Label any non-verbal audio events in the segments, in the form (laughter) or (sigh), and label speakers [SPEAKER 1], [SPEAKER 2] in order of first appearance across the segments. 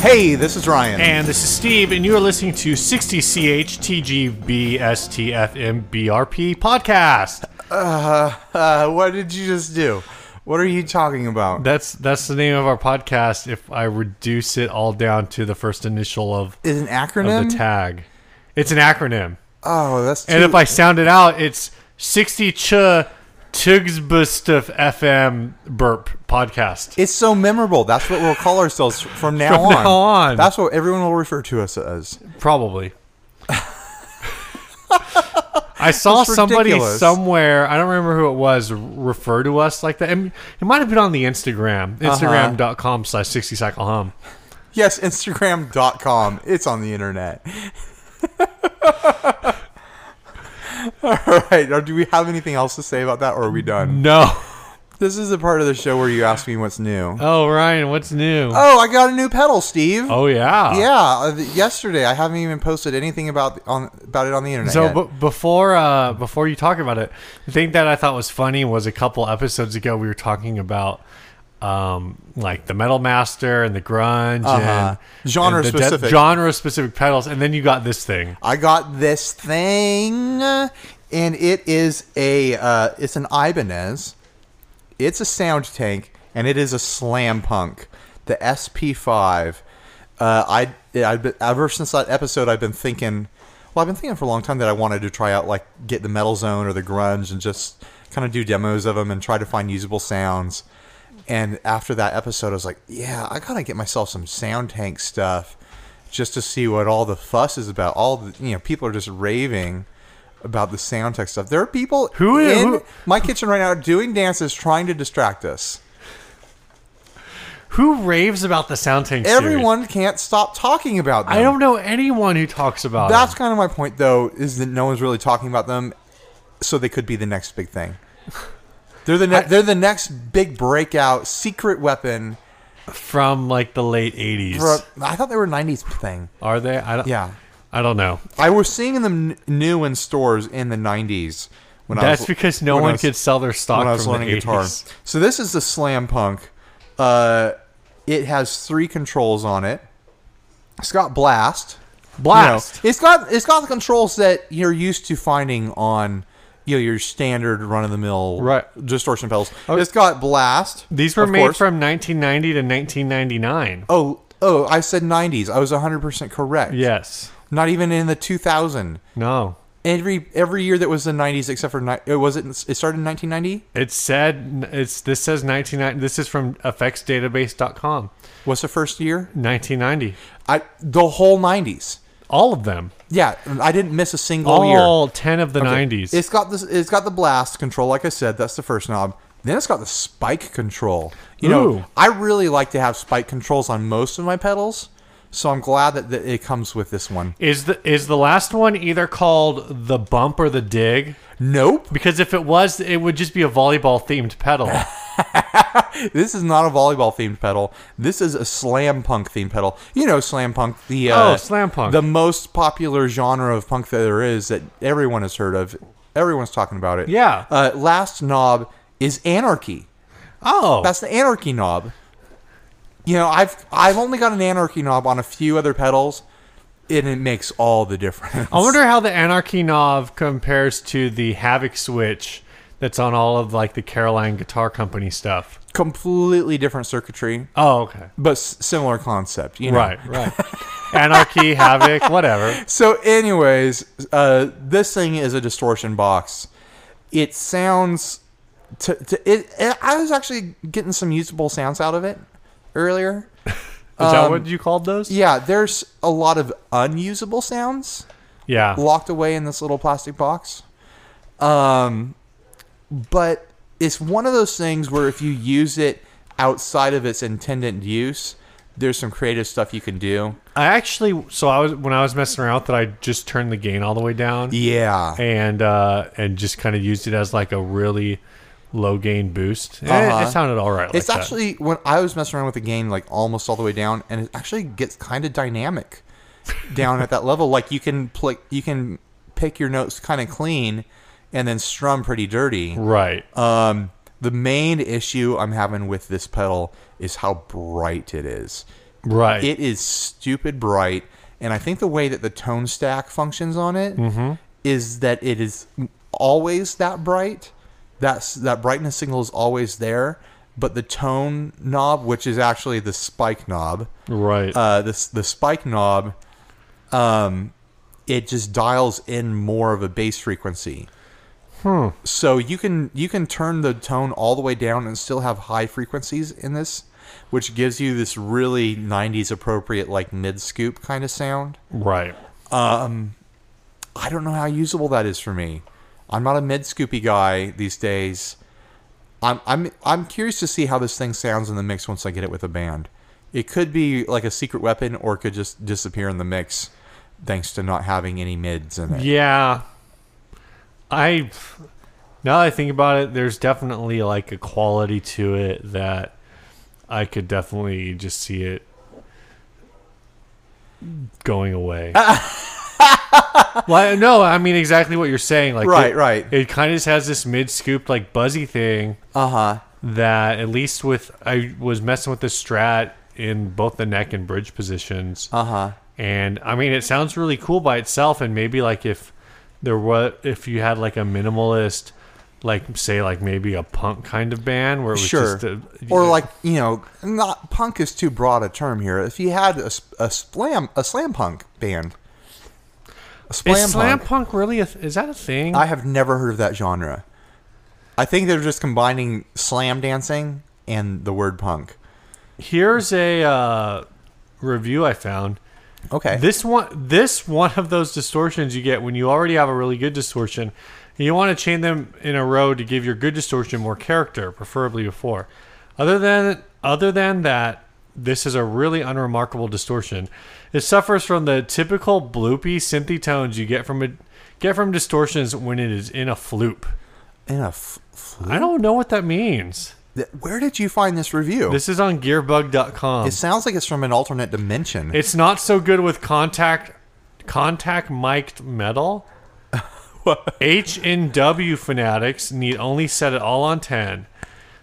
[SPEAKER 1] Hey, this is Ryan.
[SPEAKER 2] And this is Steve, and you are listening to 60CHTGBSTFMBRP podcast.
[SPEAKER 1] uh, uh, what did you just do? What are you talking about?
[SPEAKER 2] That's that's the name of our podcast. If I reduce it all down to the first initial of,
[SPEAKER 1] Is an
[SPEAKER 2] of
[SPEAKER 1] acronym?
[SPEAKER 2] the tag, it's an acronym.
[SPEAKER 1] oh, that's too.
[SPEAKER 2] And if I sound it out, it's 60 Ch Tugsbustuf FM Burp podcast.
[SPEAKER 1] it's so memorable. That's what we'll call ourselves from now
[SPEAKER 2] From
[SPEAKER 1] on.
[SPEAKER 2] now on.
[SPEAKER 1] That's what everyone will refer to us as.
[SPEAKER 2] Probably. I saw
[SPEAKER 1] That's
[SPEAKER 2] somebody
[SPEAKER 1] ridiculous.
[SPEAKER 2] somewhere, I don't remember who it was, refer to us like that. And it might have been on the Instagram,
[SPEAKER 1] Uh-huh.
[SPEAKER 2] instagram.com slash 60 cycle hum.
[SPEAKER 1] Yes, Instagram.com. It's on the internet. (laughs) All right. Or do we have anything else to say about that, or are we done?
[SPEAKER 2] No.
[SPEAKER 1] This is the part of the show where you ask me what's new.
[SPEAKER 2] Oh, Ryan, what's new?
[SPEAKER 1] Oh, I got a new pedal, Steve.
[SPEAKER 2] oh, yeah.
[SPEAKER 1] Yeah, uh, th- yesterday I haven't even posted anything about on about it on the internet.
[SPEAKER 2] So
[SPEAKER 1] yet.
[SPEAKER 2] b- before uh, before you talk about it, the thing that I thought was funny was a couple episodes ago we were talking about um, like the metal master and the grunge
[SPEAKER 1] Uh-huh.
[SPEAKER 2] and
[SPEAKER 1] Genre
[SPEAKER 2] and the
[SPEAKER 1] specific.
[SPEAKER 2] genre specific pedals, and then you got this thing.
[SPEAKER 1] I got this thing, uh, and it is a uh, it's an Ibanez. It's a sound tank, and it is a slam punk, the SP5. Uh, I I've been, ever since that episode, I've been thinking. Well, I've been thinking for a long time that I wanted to try out like get the metal zone or the grunge and just kind of do demos of them and try to find usable sounds. And after that episode, I was like, yeah, I gotta get myself some sound tank stuff just to see what all the fuss is about. All the you know, people are just raving about the sound tech stuff. There are people
[SPEAKER 2] Who-
[SPEAKER 1] in
[SPEAKER 2] who-
[SPEAKER 1] my kitchen right now doing dances trying to distract us.
[SPEAKER 2] Who raves about the sound tank? series?
[SPEAKER 1] Everyone can't stop talking about them.
[SPEAKER 2] I don't know anyone who talks about
[SPEAKER 1] That's
[SPEAKER 2] it.
[SPEAKER 1] kind of my point, though, is that no one's really talking about them, so they could be the next
[SPEAKER 2] (laughs)
[SPEAKER 1] big thing. They're the ne- they're the next big breakout secret weapon.
[SPEAKER 2] from like the late '80s.
[SPEAKER 1] For a- I thought they were '90s thing.
[SPEAKER 2] Are they? I don't.
[SPEAKER 1] Yeah,
[SPEAKER 2] I don't know.
[SPEAKER 1] I was seeing them n- new in stores in the '90s. When I
[SPEAKER 2] That's
[SPEAKER 1] was,
[SPEAKER 2] because no
[SPEAKER 1] when I
[SPEAKER 2] one
[SPEAKER 1] was-
[SPEAKER 2] could sell their stock
[SPEAKER 1] when I was
[SPEAKER 2] from the
[SPEAKER 1] learning guitar.
[SPEAKER 2] 80s.
[SPEAKER 1] So this is the slam punk. Uh, it has three controls on it. It's got blast. you know,
[SPEAKER 2] Blast.
[SPEAKER 1] it's got it's got the controls that you're used to finding on you know your standard run of the mill
[SPEAKER 2] Right. Oh.
[SPEAKER 1] distortion pedals. It's got blast.
[SPEAKER 2] These were
[SPEAKER 1] of
[SPEAKER 2] made
[SPEAKER 1] course.
[SPEAKER 2] from 1990 to 1999.
[SPEAKER 1] Oh oh I said 90s. I was 100% correct.
[SPEAKER 2] Yes.
[SPEAKER 1] Not even in the 2000.
[SPEAKER 2] No.
[SPEAKER 1] Every every year that was the 90s except for ni- it was it it started in 1990.
[SPEAKER 2] It said it's this says 1990 this is from effectsdatabase.com.
[SPEAKER 1] What's the first year?
[SPEAKER 2] 1990.
[SPEAKER 1] I the whole 90s.
[SPEAKER 2] All of them.
[SPEAKER 1] Yeah, I didn't miss a single year.
[SPEAKER 2] All 10 of the 90s.
[SPEAKER 1] It's got this. It's got the blast control. Like I said, that's the first knob. Then it's got the spike control. You
[SPEAKER 2] Ooh.
[SPEAKER 1] know, I really like to have spike controls on most of my pedals, so I'm glad that, that it comes with this one.
[SPEAKER 2] Is the is the last one either called the bump or the dig?
[SPEAKER 1] Nope,
[SPEAKER 2] Because if it was it would just be a volleyball themed
[SPEAKER 1] (laughs)
[SPEAKER 2] pedal.
[SPEAKER 1] this is not a volleyball themed pedal. This is a slam punk themed pedal. You know, slam punk. The
[SPEAKER 2] Oh,
[SPEAKER 1] uh,
[SPEAKER 2] slam punk.
[SPEAKER 1] the most popular genre of punk that there is that everyone has heard of. Everyone's talking about it.
[SPEAKER 2] Yeah.
[SPEAKER 1] Uh, last knob is anarchy.
[SPEAKER 2] oh.
[SPEAKER 1] That's the anarchy knob. You know, I've I've only got an anarchy knob on a few other pedals, and it makes all the difference.
[SPEAKER 2] I wonder how the anarchy knob compares to the havoc switch that's on all of like the Caroline guitar company stuff.
[SPEAKER 1] (laughs) Completely different circuitry,
[SPEAKER 2] Oh, okay.
[SPEAKER 1] but s- similar concept. You know?
[SPEAKER 2] Right, right. (laughs) Anarchy, havoc, whatever.
[SPEAKER 1] So, anyways, uh, this thing is a distortion box. It sounds. To, to it, it, I was actually getting some usable sounds out of it earlier.
[SPEAKER 2] Is that what you called those?
[SPEAKER 1] Um, Yeah, there's a lot of unusable sounds.
[SPEAKER 2] Yeah.
[SPEAKER 1] locked away in this little plastic box. Um, but it's one of those things where if you use it outside of its intended use, there's some creative stuff you can do.
[SPEAKER 2] I actually, so I was when I was messing around with it, I just turned the gain all the way down
[SPEAKER 1] Yeah.
[SPEAKER 2] and uh, and just kind of used it as like a really low gain boost. And it- it,
[SPEAKER 1] Uh-huh.
[SPEAKER 2] sounded all right.
[SPEAKER 1] It's
[SPEAKER 2] like that.
[SPEAKER 1] actually when I was messing around with the game like almost all the way down, and it actually gets kind of dynamic down at that level. Like you can play, you can pick your notes kind of clean, and then strum pretty dirty.
[SPEAKER 2] right.
[SPEAKER 1] Um, the main issue I'm having with this pedal is how bright it is.
[SPEAKER 2] Right.
[SPEAKER 1] It is stupid bright, and I think the way that the tone stack functions on it is that it is always that bright. That's that brightness signal is always there, but the tone knob, which is actually the spike knob,
[SPEAKER 2] right.
[SPEAKER 1] uh, this the spike knob, um, it just dials in more of a bass frequency. So you can you can turn the tone all the way down and still have high frequencies in this, which gives you this really '90s appropriate like mid scoop kind of sound.
[SPEAKER 2] right.
[SPEAKER 1] I don't know how usable that is for me. I'm not a mid scoopy guy these days. I'm I'm I'm curious to see how this thing sounds in the mix once I get it with a band. It could be like a secret weapon, or it could just disappear in the mix, thanks to not having any mids in it.
[SPEAKER 2] Yeah. I now that I think about it, there's definitely like a quality to it that I could definitely just see it going
[SPEAKER 1] (laughs)
[SPEAKER 2] away. Like, no, I mean exactly what you're saying. Like
[SPEAKER 1] Right,
[SPEAKER 2] it-
[SPEAKER 1] right.
[SPEAKER 2] It kind of just has this mid scooped like buzzy thing
[SPEAKER 1] Uh huh.
[SPEAKER 2] that at least with I was messing with the strat in both the neck and bridge positions.
[SPEAKER 1] Uh huh.
[SPEAKER 2] And I mean, it sounds really cool by itself. And maybe like if there was, if you had like a minimalist, like say like maybe a punk kind of band where it was
[SPEAKER 1] Sure.
[SPEAKER 2] just a,
[SPEAKER 1] or like you know, not punk is too broad a term here. If you had a, s- a slam a slam punk band, a
[SPEAKER 2] is
[SPEAKER 1] slam
[SPEAKER 2] slam,
[SPEAKER 1] punk.
[SPEAKER 2] punk. really a th- is that a thing?
[SPEAKER 1] I have never heard of that genre. I think they're just combining slam dancing and the word punk.
[SPEAKER 2] Here's a uh, review I found.
[SPEAKER 1] Okay.
[SPEAKER 2] This one, this one of those distortions you get when you already have a really good distortion. and You want to chain them in a row to give your good distortion more character, preferably before. Other than other than that, this is a really unremarkable distortion. It suffers from the typical bloopy synthy tones you get from a get from distortions when it is in a floop.
[SPEAKER 1] In a f- flu-
[SPEAKER 2] I don't know what that means.
[SPEAKER 1] Th- Where did you find this review?
[SPEAKER 2] This is on gearbug.com.
[SPEAKER 1] it sounds like it's from an alternate dimension.
[SPEAKER 2] It's not so good with contact contact mic'd metal. H and W fanatics need only set it all on ten.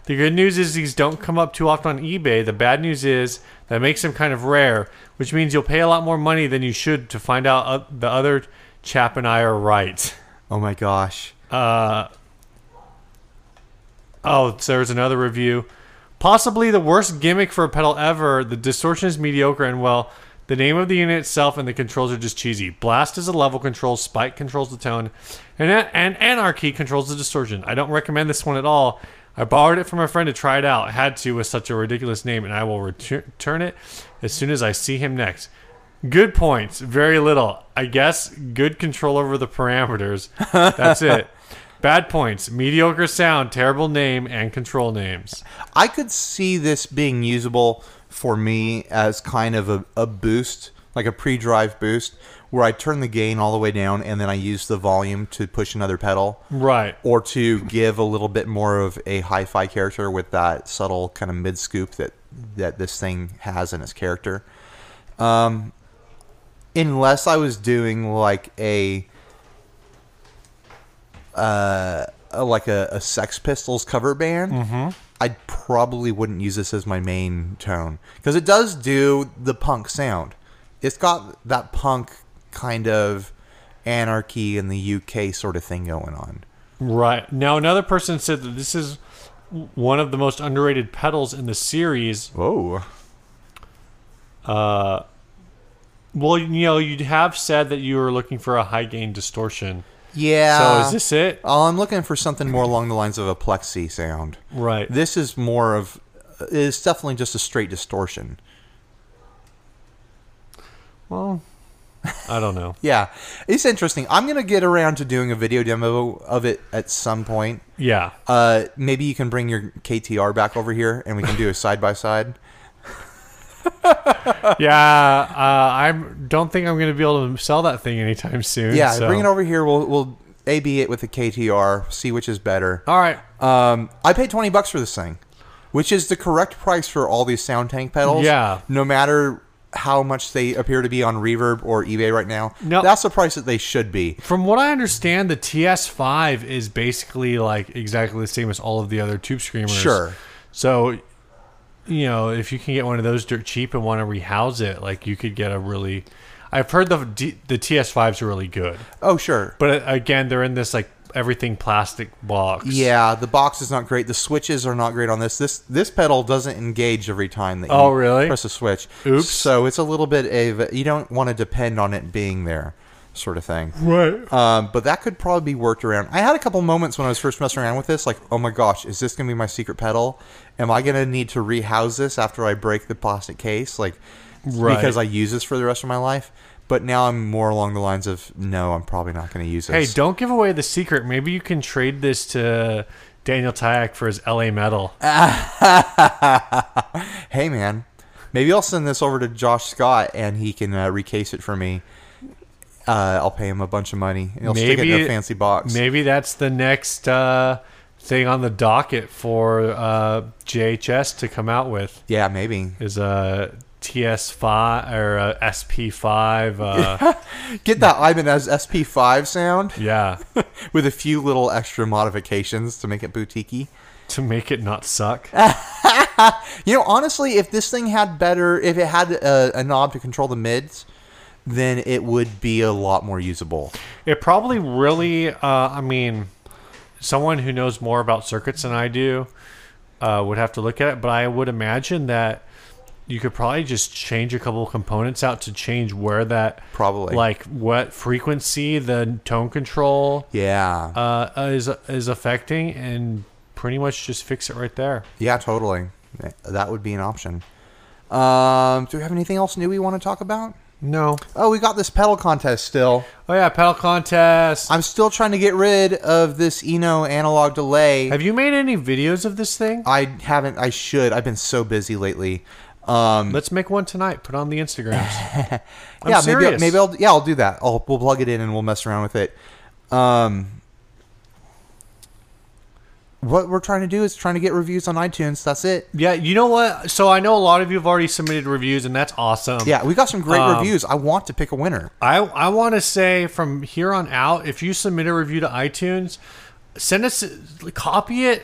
[SPEAKER 2] The good news is these don't come up too often on eBay. The bad news is that makes them kind of rare, which means you'll pay a lot more money than you should to find out uh, the other chap and I are right.
[SPEAKER 1] oh my gosh.
[SPEAKER 2] Oh, so there's another review. Possibly the worst gimmick for a pedal ever. The distortion is mediocre and well, the name of the unit itself and the controls are just cheesy. Blast is a level control, Spike controls the tone, and and Anarchy controls the distortion. I don't recommend this one at all. I borrowed it from a friend to try it out. Had to with such a ridiculous name, and I will retur- return it as soon as I see him next. Good points. Very little. I guess good control over the parameters. That's
[SPEAKER 1] (laughs)
[SPEAKER 2] it. Bad points. Mediocre sound, terrible name, and control names.
[SPEAKER 1] I could see this being usable for me as kind of a, a boost, like a pre drive boost, where I turn the gain all the way down and then I use the volume to push another pedal.
[SPEAKER 2] Right.
[SPEAKER 1] or to give a little bit more of a hi-fi character with that subtle kind of mid scoop that that this thing has in its character. Um, unless I was doing like a uh, like a, a Sex Pistols cover band, I probably wouldn't use this as my main tone because it does do the punk sound. It's got that punk kind of anarchy in the UK sort of thing going on.
[SPEAKER 2] Right. Now, another person said that this is one of the most underrated pedals in the series.
[SPEAKER 1] Oh.
[SPEAKER 2] Well, you know, you have said that you were looking for a high gain distortion.
[SPEAKER 1] Yeah.
[SPEAKER 2] so is this it?
[SPEAKER 1] Oh, I'm looking for something more along the lines of a plexi sound.
[SPEAKER 2] Right.
[SPEAKER 1] This is more of. It's definitely just a straight distortion. (laughs)
[SPEAKER 2] well, I don't know.
[SPEAKER 1] Yeah, it's interesting. I'm gonna get around to doing a video demo of it at some point.
[SPEAKER 2] Yeah.
[SPEAKER 1] Uh, maybe you can bring your KTR back over here, and we can do a side
[SPEAKER 2] (laughs)
[SPEAKER 1] by side.
[SPEAKER 2] Yeah. Uh, I don't think I'm going to be able to sell that thing anytime soon.
[SPEAKER 1] Yeah,
[SPEAKER 2] so-
[SPEAKER 1] bring it over here. We'll we'll ab it with the KTR, see which is better.
[SPEAKER 2] All right.
[SPEAKER 1] Um, I paid twenty bucks for this thing, which is the correct price for all these sound tank pedals.
[SPEAKER 2] Yeah.
[SPEAKER 1] No matter how much they appear to be on Reverb or eBay right now,
[SPEAKER 2] No.
[SPEAKER 1] that's the price that they should be.
[SPEAKER 2] From what I understand, the TS5 is basically like exactly the same as all of the other tube screamers.
[SPEAKER 1] Sure.
[SPEAKER 2] So you know, if you can get one of those dirt cheap and want to rehouse it, like you could get a really. I've heard the D, the TS5s are really good,
[SPEAKER 1] Oh, sure.
[SPEAKER 2] but uh, again, they're in this like everything plastic box.
[SPEAKER 1] Yeah, the box is not great. The switches are not great on this. This this pedal doesn't engage every time that you
[SPEAKER 2] Oh, really?
[SPEAKER 1] press a switch.
[SPEAKER 2] Oops.
[SPEAKER 1] So it's a little bit of you don't want to depend on it being there, sort of thing.
[SPEAKER 2] Right.
[SPEAKER 1] Um, but that could probably be worked around. I had a couple moments when I was first messing around with this, like, oh my gosh, is this going to be my secret pedal? Am I going to need to rehouse this after I break the plastic case? Like,
[SPEAKER 2] Right.
[SPEAKER 1] because I use this for the rest of my life. But now I'm more along the lines of, no, I'm probably not going to use
[SPEAKER 2] Hey,
[SPEAKER 1] this.
[SPEAKER 2] don't give away the secret. Maybe you can trade this to Daniel Tyack for his LA medal.
[SPEAKER 1] hey man, maybe I'll send this over to Josh Scott and he can uh, recase it for me. Uh, I'll pay him a bunch of money and he'll stick it in
[SPEAKER 2] Maybe-
[SPEAKER 1] a fancy box.
[SPEAKER 2] Maybe that's the next uh, thing on the docket for uh, JHS to come out with
[SPEAKER 1] Yeah, maybe.
[SPEAKER 2] is a TS5 or a SP5. Uh,
[SPEAKER 1] Get that Ibanez SP5 sound
[SPEAKER 2] yeah,
[SPEAKER 1] with a few little extra modifications to make it boutiquey.
[SPEAKER 2] to make it not suck.
[SPEAKER 1] You know, honestly, if this thing had better, if it had a, a knob to control the mids, then it would be a lot more usable.
[SPEAKER 2] It probably really, uh, I mean, someone who knows more about circuits than I do uh, would have to look at it, but I would imagine that you could probably just change a couple of components out to change where that,
[SPEAKER 1] Probably.
[SPEAKER 2] like what frequency the tone control
[SPEAKER 1] yeah.
[SPEAKER 2] uh, is, is affecting and pretty much just fix it right there.
[SPEAKER 1] Yeah, totally. That would be an option. Um, do we have anything else new we want to talk about?
[SPEAKER 2] No.
[SPEAKER 1] Oh, we got this pedal contest still.
[SPEAKER 2] Oh, yeah, pedal contest.
[SPEAKER 1] I'm still trying to get rid of this Eno analog delay.
[SPEAKER 2] have you made any videos of this thing?
[SPEAKER 1] I haven't. I should. I've been so busy lately. Um,
[SPEAKER 2] Let's make one tonight. Put on the Instagrams. (laughs) I'm
[SPEAKER 1] yeah,
[SPEAKER 2] serious.
[SPEAKER 1] maybe maybe I'll yeah I'll do that. I'll we'll plug it in and we'll mess around with it. Um, what we're trying to do is trying to get reviews on iTunes. That's it.
[SPEAKER 2] Yeah, you know what? So I know a lot of you have already submitted reviews, and that's awesome.
[SPEAKER 1] Yeah, we got some great
[SPEAKER 2] Um,
[SPEAKER 1] reviews. I want to pick a winner.
[SPEAKER 2] I, I want to say from here on out, if you submit a review to iTunes, send us, copy it,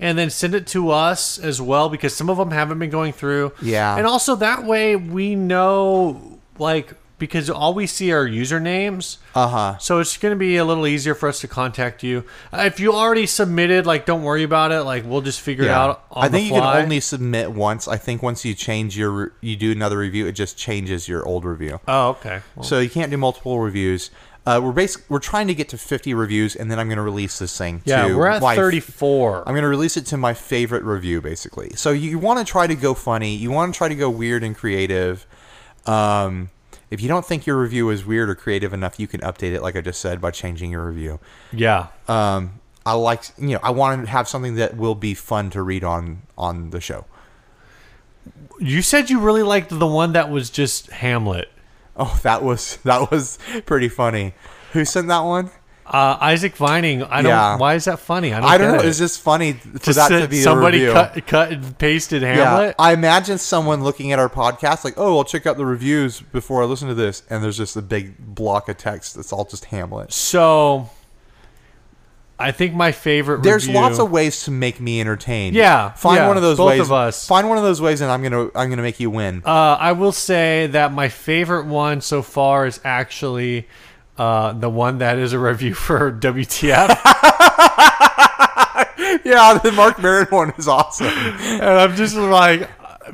[SPEAKER 2] and then send it to us as well because some of them haven't been going through.
[SPEAKER 1] Yeah.
[SPEAKER 2] And also that way we know, like, because all we see are usernames.
[SPEAKER 1] Uh huh.
[SPEAKER 2] So it's going to be a little easier for us to contact you. Uh, If you already submitted, like, don't worry about it. Like, we'll just figure it out. On
[SPEAKER 1] I think
[SPEAKER 2] the
[SPEAKER 1] you
[SPEAKER 2] fly.
[SPEAKER 1] can only submit once. I think once you change your you do another review, it just changes your old review.
[SPEAKER 2] Oh, okay. Well,
[SPEAKER 1] So you can't do multiple reviews. Uh, we're basic. We're trying to get to 50 reviews, and then I'm going to release this thing.
[SPEAKER 2] yeah,
[SPEAKER 1] to
[SPEAKER 2] we're at
[SPEAKER 1] my-
[SPEAKER 2] 34.
[SPEAKER 1] I'm going to release it to my favorite review, basically. So you want to try to go funny. You want to try to go weird and creative. Um, if you don't think your review is weird or creative enough, you can update it, like I just said, by changing your review.
[SPEAKER 2] yeah.
[SPEAKER 1] Um, I like, you know, I want to have something that will be fun to read on on the show.
[SPEAKER 2] You said you really liked the one that was just Hamlet.
[SPEAKER 1] Oh, (laughs) that was that was pretty funny. Who sent that one?
[SPEAKER 2] Uh, Isaac Vining. I don't.
[SPEAKER 1] Yeah.
[SPEAKER 2] Why is that funny? I don't.
[SPEAKER 1] I don't
[SPEAKER 2] get
[SPEAKER 1] know.
[SPEAKER 2] It.
[SPEAKER 1] It's just funny for
[SPEAKER 2] Just
[SPEAKER 1] that
[SPEAKER 2] that
[SPEAKER 1] to be a
[SPEAKER 2] somebody
[SPEAKER 1] review.
[SPEAKER 2] cut, cut and pasted
[SPEAKER 1] yeah,
[SPEAKER 2] Hamlet.
[SPEAKER 1] I imagine someone looking at our podcast like, "Oh, I'll check out the reviews before I listen to this," and there's just a big block of text that's all just Hamlet.
[SPEAKER 2] so, I think my favorite.
[SPEAKER 1] There's
[SPEAKER 2] review-
[SPEAKER 1] lots of ways to make me entertained.
[SPEAKER 2] Yeah,
[SPEAKER 1] find
[SPEAKER 2] yeah,
[SPEAKER 1] one of those
[SPEAKER 2] both
[SPEAKER 1] ways.
[SPEAKER 2] of us.
[SPEAKER 1] Find one of those ways, and I'm gonna I'm gonna make you
[SPEAKER 2] (laughs)
[SPEAKER 1] win.
[SPEAKER 2] Uh, I will say that my favorite one so far is actually uh, the one that is a review for (laughs)
[SPEAKER 1] (laughs)
[SPEAKER 2] WTF,
[SPEAKER 1] yeah, the Mark Maron one is awesome.
[SPEAKER 2] and I'm just like,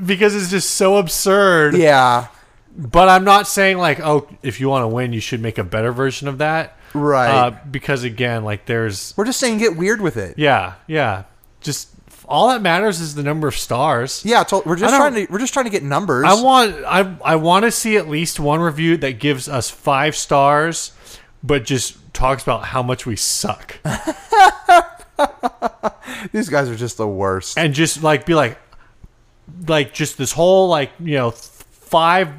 [SPEAKER 2] because it's just so absurd.
[SPEAKER 1] (laughs) yeah,
[SPEAKER 2] But I'm not saying like, oh, if you want to win, you should make a better version of that.
[SPEAKER 1] Right.
[SPEAKER 2] Uh, because again, like, there's
[SPEAKER 1] we're just saying get weird with it.
[SPEAKER 2] yeah, yeah. Just all that matters is the number of stars.
[SPEAKER 1] Yeah, to- we're just
[SPEAKER 2] I
[SPEAKER 1] trying
[SPEAKER 2] don't-
[SPEAKER 1] to we're just trying to get numbers.
[SPEAKER 2] I want I I want to see at least one review that gives us five stars, but just talks about how much we suck
[SPEAKER 1] These guys are just the worst.
[SPEAKER 2] and just like be like, like just this whole like you know th- five,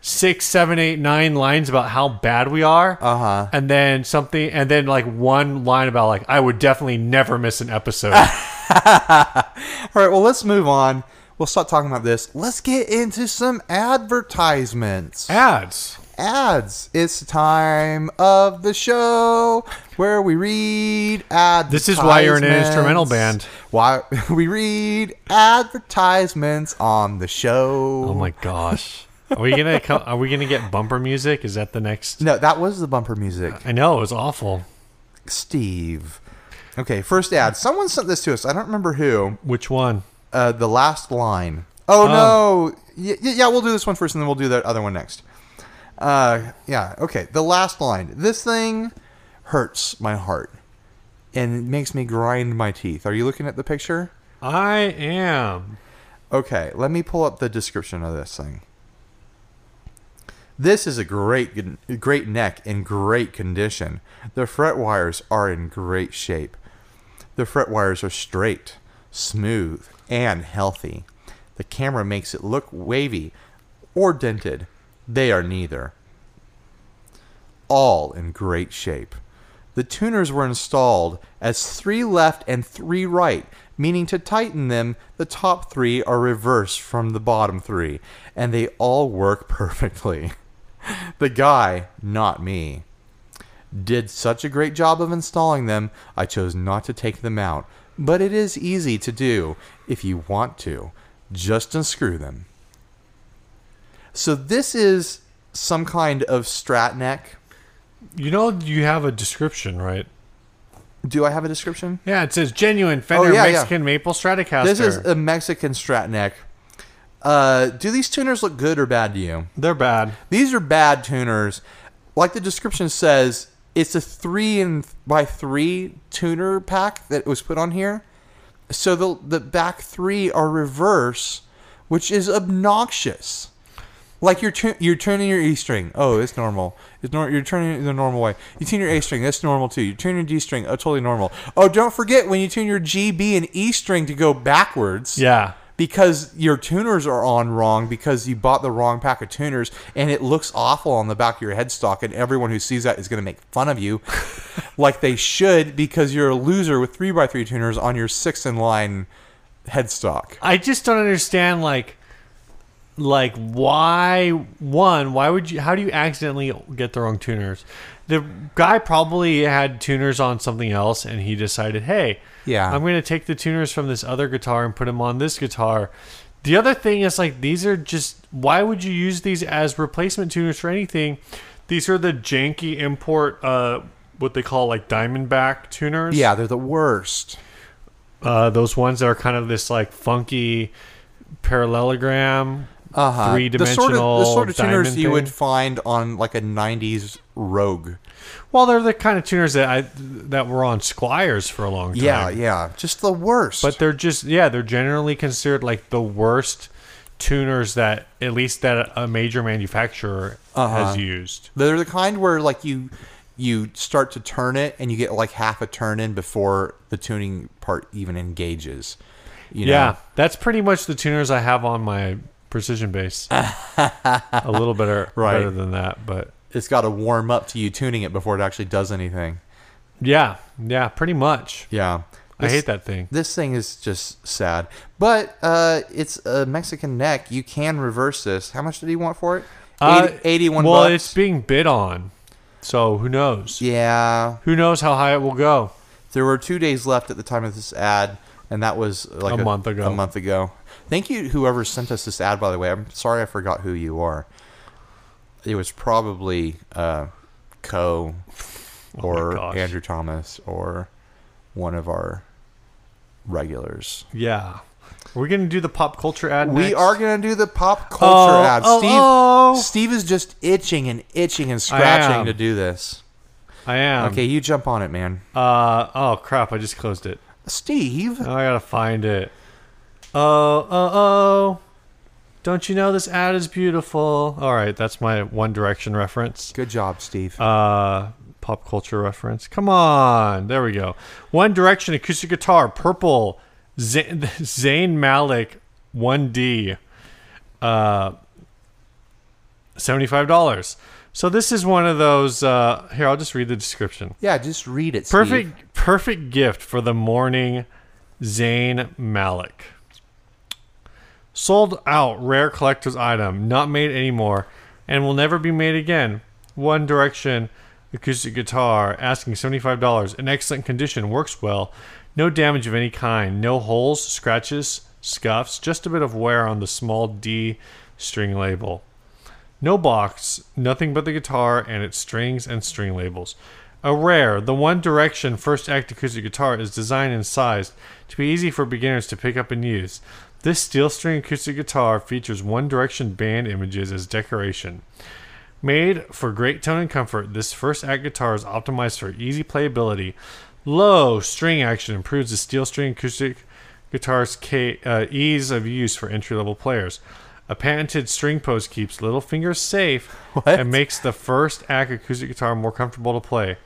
[SPEAKER 2] six, seven, eight, nine lines about how bad we are. Uh
[SPEAKER 1] Uh-huh.
[SPEAKER 2] And then something, and then like one line about like I would definitely never miss an
[SPEAKER 1] (laughs)
[SPEAKER 2] episode.
[SPEAKER 1] All right, well, let's move on. We'll stop talking about this. Let's get into some advertisements.
[SPEAKER 2] Ads.
[SPEAKER 1] ads. It's the time of the show where we read advertisements.
[SPEAKER 2] This is why you're in an instrumental band.
[SPEAKER 1] Why (laughs) we read advertisements on the show.
[SPEAKER 2] Oh my gosh. Are we gonna come, are we gonna get bumper music? Is that the next?
[SPEAKER 1] No, that was the bumper music.
[SPEAKER 2] Uh, I know it was awful.
[SPEAKER 1] Steve. Okay, first ad. Someone sent this to us. I don't remember who.
[SPEAKER 2] Which one?
[SPEAKER 1] Uh, the last line. Oh, no. Y- y- yeah, we'll do this one first, and then we'll do that other one next. Uh, yeah. Okay. The last line. This thing hurts my heart, and it makes me grind my teeth. Are you looking at the picture?
[SPEAKER 2] I am.
[SPEAKER 1] Okay, let me pull up the description of this thing. This is a great great neck in great condition. The fret wires are in great shape. The fret wires are straight, smooth, and healthy. The camera makes it look wavy or dented. They are neither. All in great shape. The tuners were installed as three left and three right, meaning to tighten them, the top three are reversed from the bottom three, and they all work (laughs) perfectly. the guy, not me, did such a great job of installing them, I chose not to take them out. But it is easy to do if you want to. Just unscrew them. So this is some kind of strat neck.
[SPEAKER 2] You know you have a description, right?
[SPEAKER 1] Do I have a description?
[SPEAKER 2] Yeah, it says genuine Fender
[SPEAKER 1] Oh, yeah, yeah.
[SPEAKER 2] Mexican Maple Stratocaster.
[SPEAKER 1] This is uh, a Mexican strat neck. Uh, do these tuners look good or bad to you?
[SPEAKER 2] They're bad.
[SPEAKER 1] These are bad tuners. Like the description says, it's a three and by three tuner pack that was put on here. So the the back three are reverse, which is obnoxious. Like you're tu- you're turning your E string. Oh, it's normal. It's nor- you're turning it the normal way. You tune your A string. That's normal too. You turn your D string. Oh, totally normal. Oh, don't forget when you tune your G, B, and E string to go backwards
[SPEAKER 2] Yeah.
[SPEAKER 1] because your tuners are on wrong because you bought the wrong pack of tuners and it looks awful on the back of your headstock and everyone who sees that is going to make fun of (laughs) you like they should because you're a loser with 3x3 tuners on your 6 in line headstock
[SPEAKER 2] I just don't understand like like why one, why would you how do you accidentally get the wrong tuners? The guy probably had tuners on something else and he decided, "Hey,
[SPEAKER 1] Yeah.
[SPEAKER 2] I'm going to take the tuners from this other guitar and put them on this guitar." The other thing is like these are just why would you use these as replacement tuners for anything? These are the janky import uh what they call like diamondback tuners.
[SPEAKER 1] yeah they're the worst
[SPEAKER 2] Uh, those ones that are kind of this like funky parallelogram,
[SPEAKER 1] uh-huh.
[SPEAKER 2] three
[SPEAKER 1] the
[SPEAKER 2] dimensional.
[SPEAKER 1] sort of, the sort of tuners
[SPEAKER 2] diamond
[SPEAKER 1] you would
[SPEAKER 2] thing.
[SPEAKER 1] find on like a 90s rogue
[SPEAKER 2] Well, they're the kind of tuners that I that were on Squires for a long time.
[SPEAKER 1] yeah yeah just the worst
[SPEAKER 2] But they're just yeah, they're generally considered like the worst tuners that at least that a major manufacturer
[SPEAKER 1] Uh-huh.
[SPEAKER 2] has used.
[SPEAKER 1] They're the kind where like you you start to turn it and you get like half a turn in before the tuning part even engages. You know?
[SPEAKER 2] Yeah, that's pretty much the tuners I have on my precision
[SPEAKER 1] (laughs)
[SPEAKER 2] bass. a little better,
[SPEAKER 1] Right.
[SPEAKER 2] better than that, but
[SPEAKER 1] It's got to warm up to you tuning it before it actually does anything.
[SPEAKER 2] yeah, yeah, pretty much.
[SPEAKER 1] Yeah.
[SPEAKER 2] I hate that thing.
[SPEAKER 1] This thing is just sad. But uh it's a Mexican neck. You can reverse this. How much did he want for it? 80, 81
[SPEAKER 2] Uh, Well,
[SPEAKER 1] bucks.
[SPEAKER 2] it's being bid on, so who knows?
[SPEAKER 1] yeah.
[SPEAKER 2] Who knows how high it will go?
[SPEAKER 1] There were two days left at the time of this ad, and that was like
[SPEAKER 2] A month ago.
[SPEAKER 1] A month ago. Thank you, whoever sent us this ad. By the way, I'm sorry I forgot who you are. It was probably uh, Co, or
[SPEAKER 2] Oh gosh.
[SPEAKER 1] Andrew Thomas, or one of our regulars.
[SPEAKER 2] Yeah, we're gonna do the pop culture ad.
[SPEAKER 1] We
[SPEAKER 2] next?
[SPEAKER 1] are gonna do the pop culture
[SPEAKER 2] Oh,
[SPEAKER 1] ad.
[SPEAKER 2] oh,
[SPEAKER 1] Steve,
[SPEAKER 2] oh.
[SPEAKER 1] Steve is just itching and itching and scratching
[SPEAKER 2] am.
[SPEAKER 1] to do this.
[SPEAKER 2] I am.
[SPEAKER 1] Okay, you jump on it, man.
[SPEAKER 2] Uh oh crap! I just closed it.
[SPEAKER 1] Steve,
[SPEAKER 2] Now I gotta find it. Oh oh oh! Don't you know this ad is beautiful? All right, that's my One Direction reference.
[SPEAKER 1] good job, Steve.
[SPEAKER 2] Uh, pop culture reference. Come on, there we go. One Direction acoustic guitar, purple. Z- Zayn (laughs) Malik, one D. Uh, seventy-five dollars. So this is one of those. Uh, here, I'll just read the description.
[SPEAKER 1] yeah, just read it. Steve.
[SPEAKER 2] Perfect, perfect gift for the morning, Zayn Malik. Sold out, rare collector's item, not made anymore. and will never be made again. One Direction acoustic guitar, asking $75. In excellent condition, works well. No damage of any kind, no holes, scratches, scuffs, just a bit of wear on the small D string label. No box, nothing but the guitar and its strings and string labels. A rare, the One Direction first act acoustic guitar is designed and sized to be easy for beginners to pick up and use. This steel string acoustic guitar features One Direction band images as decoration. Made for great tone and comfort, this first act guitar is optimized for easy playability. Low string action improves the steel string acoustic guitar's ca- uh, ease of use for entry level players. A patented string pose keeps little fingers safe
[SPEAKER 1] What?
[SPEAKER 2] and makes the first act acoustic guitar more comfortable to play.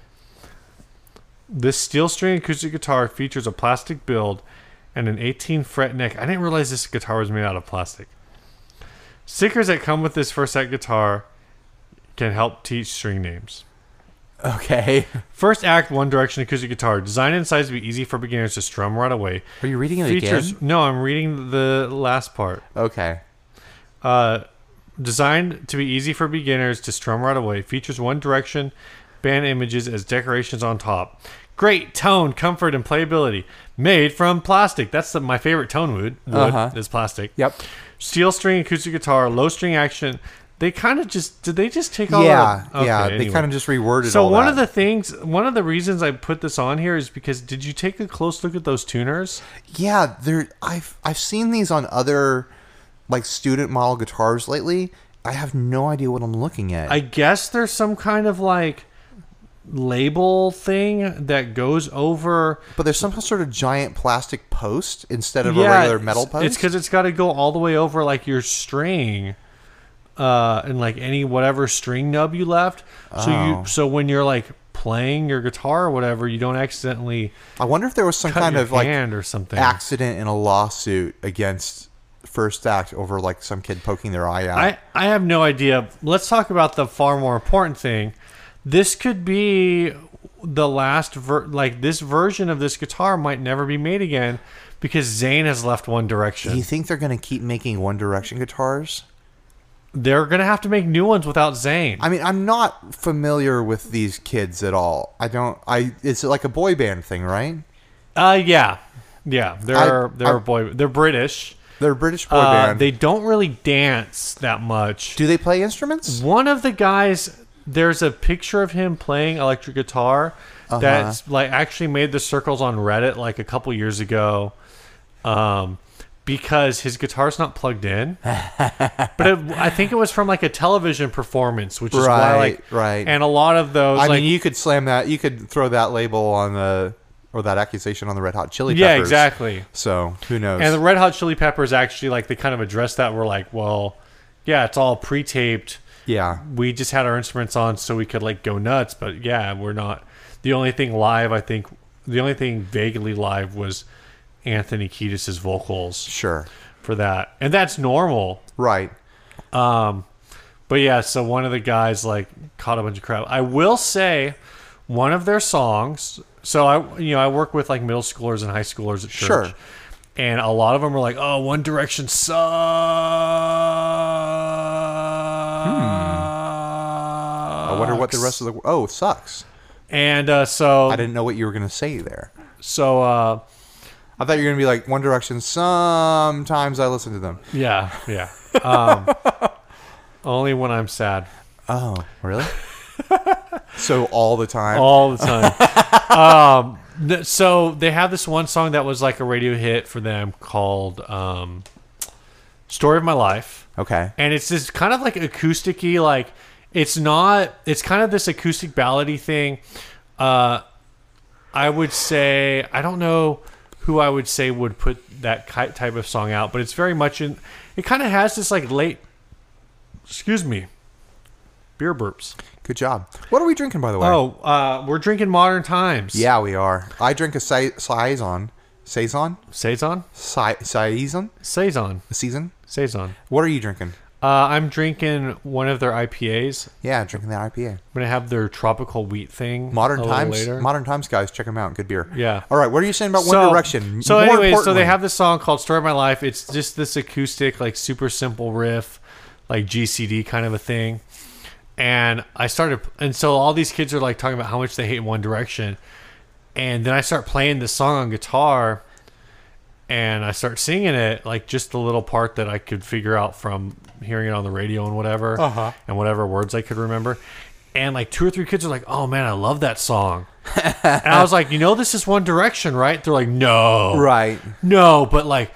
[SPEAKER 2] This steel string acoustic guitar features a plastic build and an 18 fret neck. I didn't realize this guitar was made out of plastic. Stickers that come with this first act guitar can help teach string names.
[SPEAKER 1] Okay.
[SPEAKER 2] First act, One Direction acoustic guitar, designed and sized to be easy for beginners to strum right away.
[SPEAKER 1] (laughs) Are Oh, you reading it
[SPEAKER 2] Features.
[SPEAKER 1] again?
[SPEAKER 2] No, I'm reading the last part.
[SPEAKER 1] Okay.
[SPEAKER 2] Uh, designed to be easy for beginners to strum right away. Features One Direction band images as decorations on top. Great tone, comfort, and playability. Made from plastic. That's the, my favorite tone wood. wood
[SPEAKER 1] Uh-huh.
[SPEAKER 2] Is plastic.
[SPEAKER 1] Yep.
[SPEAKER 2] Steel string acoustic guitar, low string action. They kind of just did. They just take all.
[SPEAKER 1] yeah.
[SPEAKER 2] our- okay,
[SPEAKER 1] yeah. They
[SPEAKER 2] anyway.
[SPEAKER 1] kind of just reworded.
[SPEAKER 2] So
[SPEAKER 1] all
[SPEAKER 2] one
[SPEAKER 1] that.
[SPEAKER 2] of the things, one of the reasons I put this on here is because did you take a close look at those tuners?
[SPEAKER 1] Yeah, there. I've I've seen these on other like student model guitars lately. I have no idea what I'm looking at.
[SPEAKER 2] I guess there's some kind of like label thing that goes over
[SPEAKER 1] but there's some sort of giant plastic post instead of a
[SPEAKER 2] yeah,
[SPEAKER 1] regular metal
[SPEAKER 2] it's-
[SPEAKER 1] post.
[SPEAKER 2] It's because it's got to go all the way over like your string, uh, and like any whatever string nub you left. So
[SPEAKER 1] Oh.
[SPEAKER 2] you so when you're like playing your guitar or whatever, you don't accidentally
[SPEAKER 1] I wonder if there was some
[SPEAKER 2] cut
[SPEAKER 1] kind
[SPEAKER 2] your
[SPEAKER 1] of like
[SPEAKER 2] hand or something.
[SPEAKER 1] accident in a lawsuit against First Act over like some kid poking their eye out.
[SPEAKER 2] I, I have no idea. Let's talk about the far more important thing. This could be the last ver- like this version of this guitar might never be made again because Zayn has left One
[SPEAKER 1] Do you
[SPEAKER 2] Direction.
[SPEAKER 1] think they're gonna keep making One Direction guitars?
[SPEAKER 2] They're gonna have to make new ones without Zayn.
[SPEAKER 1] I mean, I'm not familiar with these kids at all. I don't. I it's like a boy band thing, right?
[SPEAKER 2] Uh yeah. Yeah,
[SPEAKER 1] I-
[SPEAKER 2] they're
[SPEAKER 1] I-
[SPEAKER 2] they're boy they're British.
[SPEAKER 1] They're a British boy
[SPEAKER 2] Uh,
[SPEAKER 1] band.
[SPEAKER 2] they don't really dance that much.
[SPEAKER 1] Do they play instruments?
[SPEAKER 2] One of the guys, there's a picture of him playing electric guitar
[SPEAKER 1] Uh-huh.
[SPEAKER 2] that's like actually made the circles on Reddit like a couple years ago, um, because his guitar's not plugged
[SPEAKER 1] (laughs)
[SPEAKER 2] in. but it, I think it was from like a television performance, which is why like
[SPEAKER 1] Right, right.
[SPEAKER 2] and a lot of those
[SPEAKER 1] I
[SPEAKER 2] like
[SPEAKER 1] mean, you could slam that. You could throw that label on the or that accusation on the Red Hot Chili
[SPEAKER 2] yeah
[SPEAKER 1] Peppers.
[SPEAKER 2] exactly.
[SPEAKER 1] So who knows?
[SPEAKER 2] And the Red Hot Chili Peppers actually like they kind of addressed that. We're like, well, yeah, it's all pre-taped.
[SPEAKER 1] yeah,
[SPEAKER 2] we just had our instruments on so we could like go nuts but yeah we're not the only thing live i think the only thing vaguely live was anthony Kiedis's vocals
[SPEAKER 1] sure,
[SPEAKER 2] for that and that's normal
[SPEAKER 1] right.
[SPEAKER 2] but yeah so one of the guys like caught a bunch of crap i will say one of their songs so i you know i work with like middle schoolers and high schoolers at church
[SPEAKER 1] Sure.
[SPEAKER 2] and a lot of them are like oh one direction sucks
[SPEAKER 1] Hmm. I wonder what the rest of the oh sucks.
[SPEAKER 2] And uh, so,
[SPEAKER 1] I didn't know what you were gonna say there.
[SPEAKER 2] so uh,
[SPEAKER 1] I thought you were gonna be like One Direction. Sometimes I listen to them.
[SPEAKER 2] yeah, yeah. Um,
[SPEAKER 1] (laughs)
[SPEAKER 2] only when I'm sad,
[SPEAKER 1] Oh,
[SPEAKER 2] (laughs)
[SPEAKER 1] really? so all the time.
[SPEAKER 2] all the time. um, th- so they have this one song that was like a radio hit for them called um, "Story of My Life,"
[SPEAKER 1] okay.
[SPEAKER 2] and it's this kind of like acousticy, like it's not. It's kind of this acoustic ballady thing. Uh, I would say I don't know who I would say would put that ki- type of song out, but it's very much in. It kind of has this like late. Excuse me. Beer burps.
[SPEAKER 1] Good job. What are we drinking, by the way?
[SPEAKER 2] Oh, uh, we're drinking modern times.
[SPEAKER 1] yeah, we are. I drink a sa- saison, saison,
[SPEAKER 2] saison,
[SPEAKER 1] Sa- saison,
[SPEAKER 2] saison,
[SPEAKER 1] season.
[SPEAKER 2] saison.
[SPEAKER 1] What are you drinking?
[SPEAKER 2] Uh, I'm drinking one of their IPAs.
[SPEAKER 1] Yeah, drinking that IPA.
[SPEAKER 2] I'm gonna have their tropical wheat thing.
[SPEAKER 1] Modern
[SPEAKER 2] a little
[SPEAKER 1] times,
[SPEAKER 2] later.
[SPEAKER 1] modern times, guys, check them out. Good beer.
[SPEAKER 2] Yeah.
[SPEAKER 1] All right. What are you saying about One Direction?
[SPEAKER 2] So,
[SPEAKER 1] More
[SPEAKER 2] anyways, so
[SPEAKER 1] importantly-
[SPEAKER 2] they have this song called "Story of My Life." It's just this acoustic, like super simple riff, like GCD kind of a thing. And I started, and so all these kids are like talking about how much they hate One Direction. And then I start playing this song on guitar and I start singing it, like just the little part that I could figure out from hearing it on the radio and whatever,
[SPEAKER 1] Uh-huh.
[SPEAKER 2] and whatever words I could remember. And like two or three kids are like, oh man, I love that
[SPEAKER 1] (laughs)
[SPEAKER 2] song. and I was like, you know, this is One Direction, right? They're like, no.
[SPEAKER 1] Right.
[SPEAKER 2] No, but like,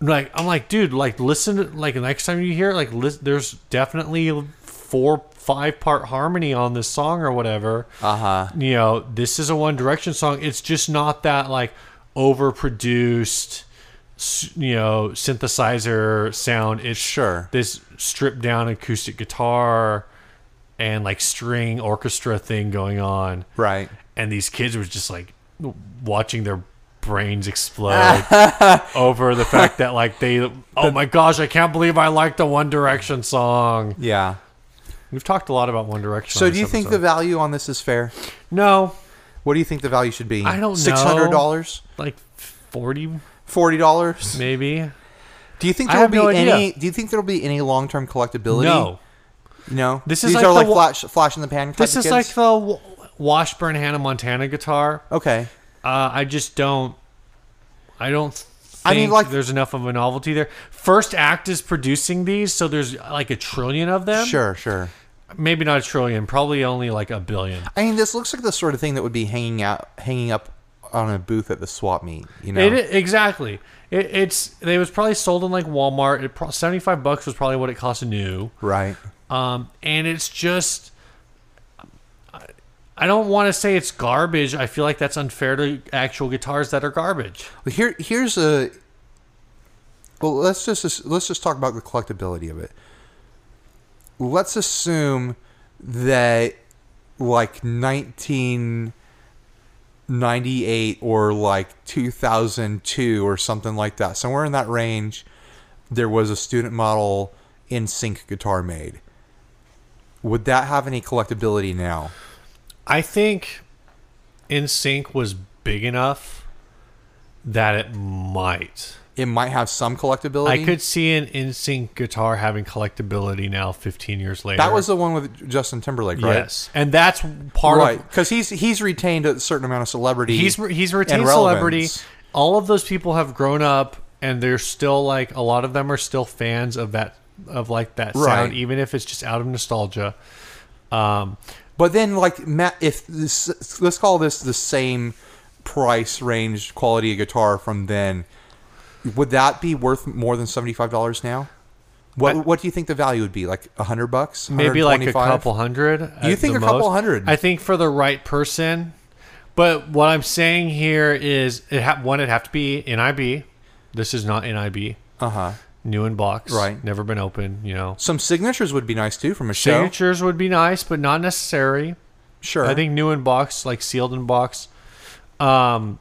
[SPEAKER 2] like I'm like, dude, like listen, to, like next time you hear it, like lis- there's definitely four, five part harmony on this song or whatever.
[SPEAKER 1] Uh huh.
[SPEAKER 2] You know, this is a One Direction song. It's just not that like overproduced, s- you know, synthesizer sound. It's
[SPEAKER 1] Sure.
[SPEAKER 2] this stripped down acoustic guitar and like string orchestra thing going on
[SPEAKER 1] Right.
[SPEAKER 2] and these kids were just like watching their brains
[SPEAKER 1] (laughs)
[SPEAKER 2] explode over the fact that like they oh my gosh i can't believe i like the one direction song
[SPEAKER 1] Yeah.
[SPEAKER 2] we've talked a lot about one direction
[SPEAKER 1] So
[SPEAKER 2] on
[SPEAKER 1] do
[SPEAKER 2] this
[SPEAKER 1] you think the
[SPEAKER 2] episode.
[SPEAKER 1] value on this is fair?
[SPEAKER 2] no
[SPEAKER 1] What do you think the value should be?
[SPEAKER 2] I don't know.
[SPEAKER 1] Six hundred dollars,
[SPEAKER 2] like 40
[SPEAKER 1] forty dollars.
[SPEAKER 2] maybe
[SPEAKER 1] Do you think
[SPEAKER 2] I
[SPEAKER 1] there will
[SPEAKER 2] have
[SPEAKER 1] be
[SPEAKER 2] no idea.
[SPEAKER 1] any? Do you think there will be any long term collectability?
[SPEAKER 2] no
[SPEAKER 1] No.
[SPEAKER 2] This is
[SPEAKER 1] These
[SPEAKER 2] like
[SPEAKER 1] are
[SPEAKER 2] the
[SPEAKER 1] like
[SPEAKER 2] wa-
[SPEAKER 1] flash, flash in the pan. Type
[SPEAKER 2] this
[SPEAKER 1] of
[SPEAKER 2] is like
[SPEAKER 1] kids?
[SPEAKER 2] the Wa- washburn hannah montana guitar
[SPEAKER 1] okay.
[SPEAKER 2] uh, i just don't i don't think
[SPEAKER 1] I mean, like-
[SPEAKER 2] there's enough of a novelty there first act is producing these so there's like a trillion of them
[SPEAKER 1] Sure. Sure.
[SPEAKER 2] maybe not a trillion, probably only like a billion.
[SPEAKER 1] I mean, this looks like the sort of thing that would be hanging out, hanging up on a booth at the swap meet. You know.
[SPEAKER 2] It i- exactly. It, it's they was probably sold in like Walmart. It pro- seventy five bucks was probably what it cost new.
[SPEAKER 1] right.
[SPEAKER 2] Um, and it's just, I- I don't want to say it's garbage. I feel like that's unfair to actual guitars that are garbage.
[SPEAKER 1] Well, here, here's a. Well, let's just let's just talk about the collectability of it. Let's assume that, like nineteen ninety eight or like two thousand two or something like that, somewhere in that range, there was a student model in sync guitar made. Would that have any collectability now?
[SPEAKER 2] I think In Sync was big enough that it might.
[SPEAKER 1] It might have some collectability.
[SPEAKER 2] I could see an In Sync guitar having collectability now, fifteen years later.
[SPEAKER 1] That was the one with Justin Timberlake, right?
[SPEAKER 2] Yes, and that's part
[SPEAKER 1] right
[SPEAKER 2] of
[SPEAKER 1] because he's he's retained a certain amount of celebrity
[SPEAKER 2] he's he's retained
[SPEAKER 1] And
[SPEAKER 2] celebrity.
[SPEAKER 1] relevance.
[SPEAKER 2] All of those people have grown up, and they're still like a lot of them are still fans of that of like that
[SPEAKER 1] Right.
[SPEAKER 2] sound, even if it's just out of nostalgia. Um,
[SPEAKER 1] but then like Matt, if this, let's call this the same price range quality of guitar from then would that be worth more than $75 now what
[SPEAKER 2] I-
[SPEAKER 1] what do you think the value would be like 100 bucks
[SPEAKER 2] maybe like a
[SPEAKER 1] 125?
[SPEAKER 2] couple hundred.
[SPEAKER 1] You
[SPEAKER 2] at
[SPEAKER 1] think
[SPEAKER 2] the
[SPEAKER 1] a couple
[SPEAKER 2] most.
[SPEAKER 1] hundred?
[SPEAKER 2] I think for the right person. But what I'm saying here is, it ha- one, it'd have to be NIB. This is not NIB.
[SPEAKER 1] uh-huh
[SPEAKER 2] New in box,
[SPEAKER 1] Right.
[SPEAKER 2] Never been open, you know.
[SPEAKER 1] some signatures would be nice too from a show
[SPEAKER 2] Signatures would be nice, but not necessary.
[SPEAKER 1] sure
[SPEAKER 2] I think new in box, like sealed in box. Um,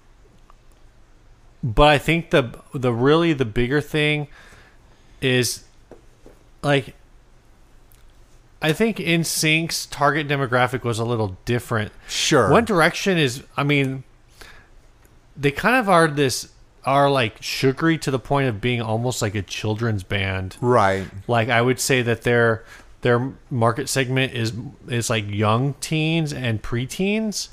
[SPEAKER 2] but I think the the really the bigger thing is like I think in sync's target demographic was a little different.
[SPEAKER 1] sure
[SPEAKER 2] One Direction is I mean they kind of are this are like sugary to the point of being almost like a children's band
[SPEAKER 1] right
[SPEAKER 2] like I would say that their their market segment is is like young teens and preteens,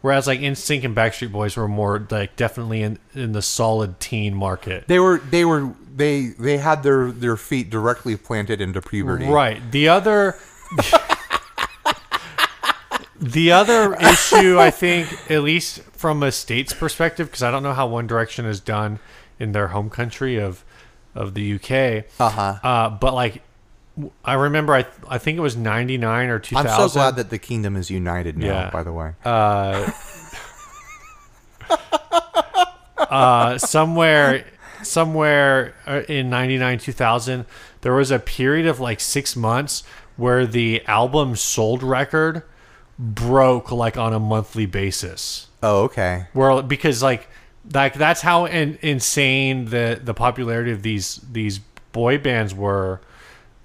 [SPEAKER 2] whereas like NSYNC and Backstreet Boys were more like definitely in in the solid teen market.
[SPEAKER 1] they were they were they they had their their feet directly planted into puberty
[SPEAKER 2] Right. The other (laughs) the other issue I think at least from a state's perspective because I don't know how One Direction is done in their home country of of the UK.
[SPEAKER 1] uh-huh
[SPEAKER 2] Uh, but like w- I remember I I think it was 99 or 2000.
[SPEAKER 1] I'm so glad that the kingdom is united now.
[SPEAKER 2] Yeah.
[SPEAKER 1] By the way,
[SPEAKER 2] uh, uh, somewhere somewhere uh, in 99 2000 there was a period of like six months where the album sold record broke like on a monthly basis
[SPEAKER 1] oh okay,
[SPEAKER 2] where because like like that's how in, insane the the popularity of these these boy bands were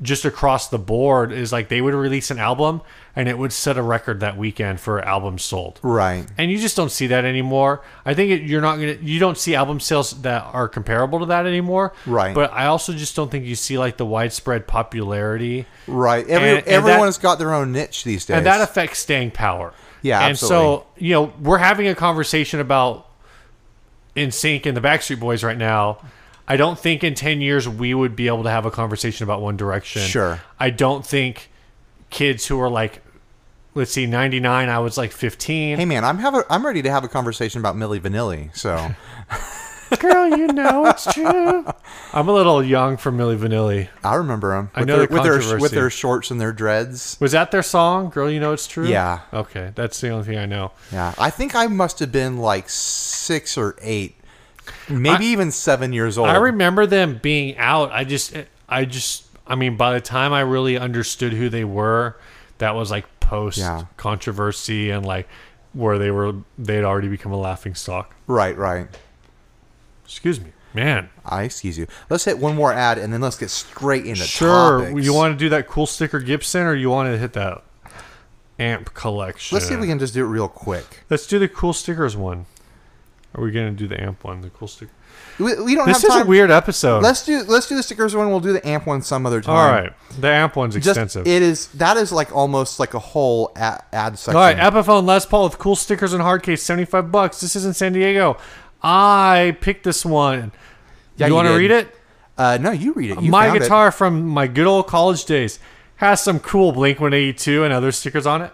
[SPEAKER 2] just across the board is like they would release an album and it would set a record that weekend for albums sold.
[SPEAKER 1] Right.
[SPEAKER 2] And you just don't see that anymore. I think it, you're not gonna you don't see album sales that are comparable to that anymore.
[SPEAKER 1] Right.
[SPEAKER 2] But I also just don't think you see like the widespread popularity.
[SPEAKER 1] Right. Every,
[SPEAKER 2] And- and that-
[SPEAKER 1] everyone's got their own niche these days.
[SPEAKER 2] And that affects staying power.
[SPEAKER 1] Yeah,
[SPEAKER 2] and
[SPEAKER 1] absolutely.
[SPEAKER 2] so you know we're having a conversation about In Sync and the Backstreet Boys right now. I don't think in ten years we would be able to have a conversation about One Direction.
[SPEAKER 1] Sure.
[SPEAKER 2] I don't think kids who are like, let's see, ninety nine. I was like fifteen.
[SPEAKER 1] hey man, I'm have a, I'm ready to have a conversation about Millie Vanilli. So
[SPEAKER 2] (laughs) girl, you know it's true. (laughs) I'm a little young for Millie Vanilli.
[SPEAKER 1] I remember them. With
[SPEAKER 2] know
[SPEAKER 1] their,
[SPEAKER 2] the
[SPEAKER 1] with their with
[SPEAKER 2] controversy.
[SPEAKER 1] their shorts and their dreads.
[SPEAKER 2] Was that their song, "Girl, You Know It's True"?
[SPEAKER 1] Yeah.
[SPEAKER 2] Okay, that's the only thing I know.
[SPEAKER 1] Yeah, I think I must have been like six or eight, maybe even seven years old.
[SPEAKER 2] I remember them being out. I just, I just, I mean, by the time I really understood who they were, that was like post
[SPEAKER 1] Yeah.
[SPEAKER 2] controversy and like where they were, they'd already become a laughing stock.
[SPEAKER 1] right, right.
[SPEAKER 2] Excuse me, man.
[SPEAKER 1] I excuse you. Let's hit one more ad and then let's get straight into
[SPEAKER 2] Sure,
[SPEAKER 1] topics.
[SPEAKER 2] you want to do that cool sticker Gibson, or you want to hit that amp collection?
[SPEAKER 1] Let's see if we can just do it real quick.
[SPEAKER 2] Let's do the cool stickers one. Are we gonna do the amp one? The cool sticker.
[SPEAKER 1] We, we don't
[SPEAKER 2] This
[SPEAKER 1] have
[SPEAKER 2] is a
[SPEAKER 1] time.
[SPEAKER 2] weird episode.
[SPEAKER 1] Let's do let's do the stickers one. We'll do the amp one some other time.
[SPEAKER 2] All right, the amp one's
[SPEAKER 1] Just
[SPEAKER 2] extensive.
[SPEAKER 1] it is that is like almost like a whole ad, ad section.
[SPEAKER 2] All right, Epiphone Les Paul with cool stickers and hard case, seventy-five bucks. This is in San Diego. I picked this one.
[SPEAKER 1] Yeah,
[SPEAKER 2] you,
[SPEAKER 1] you
[SPEAKER 2] want to
[SPEAKER 1] did.
[SPEAKER 2] read it?
[SPEAKER 1] uh, no, you read it. You
[SPEAKER 2] my
[SPEAKER 1] found it.
[SPEAKER 2] guitar from my good old college days has some cool Blink One Eighty Two and other stickers on it.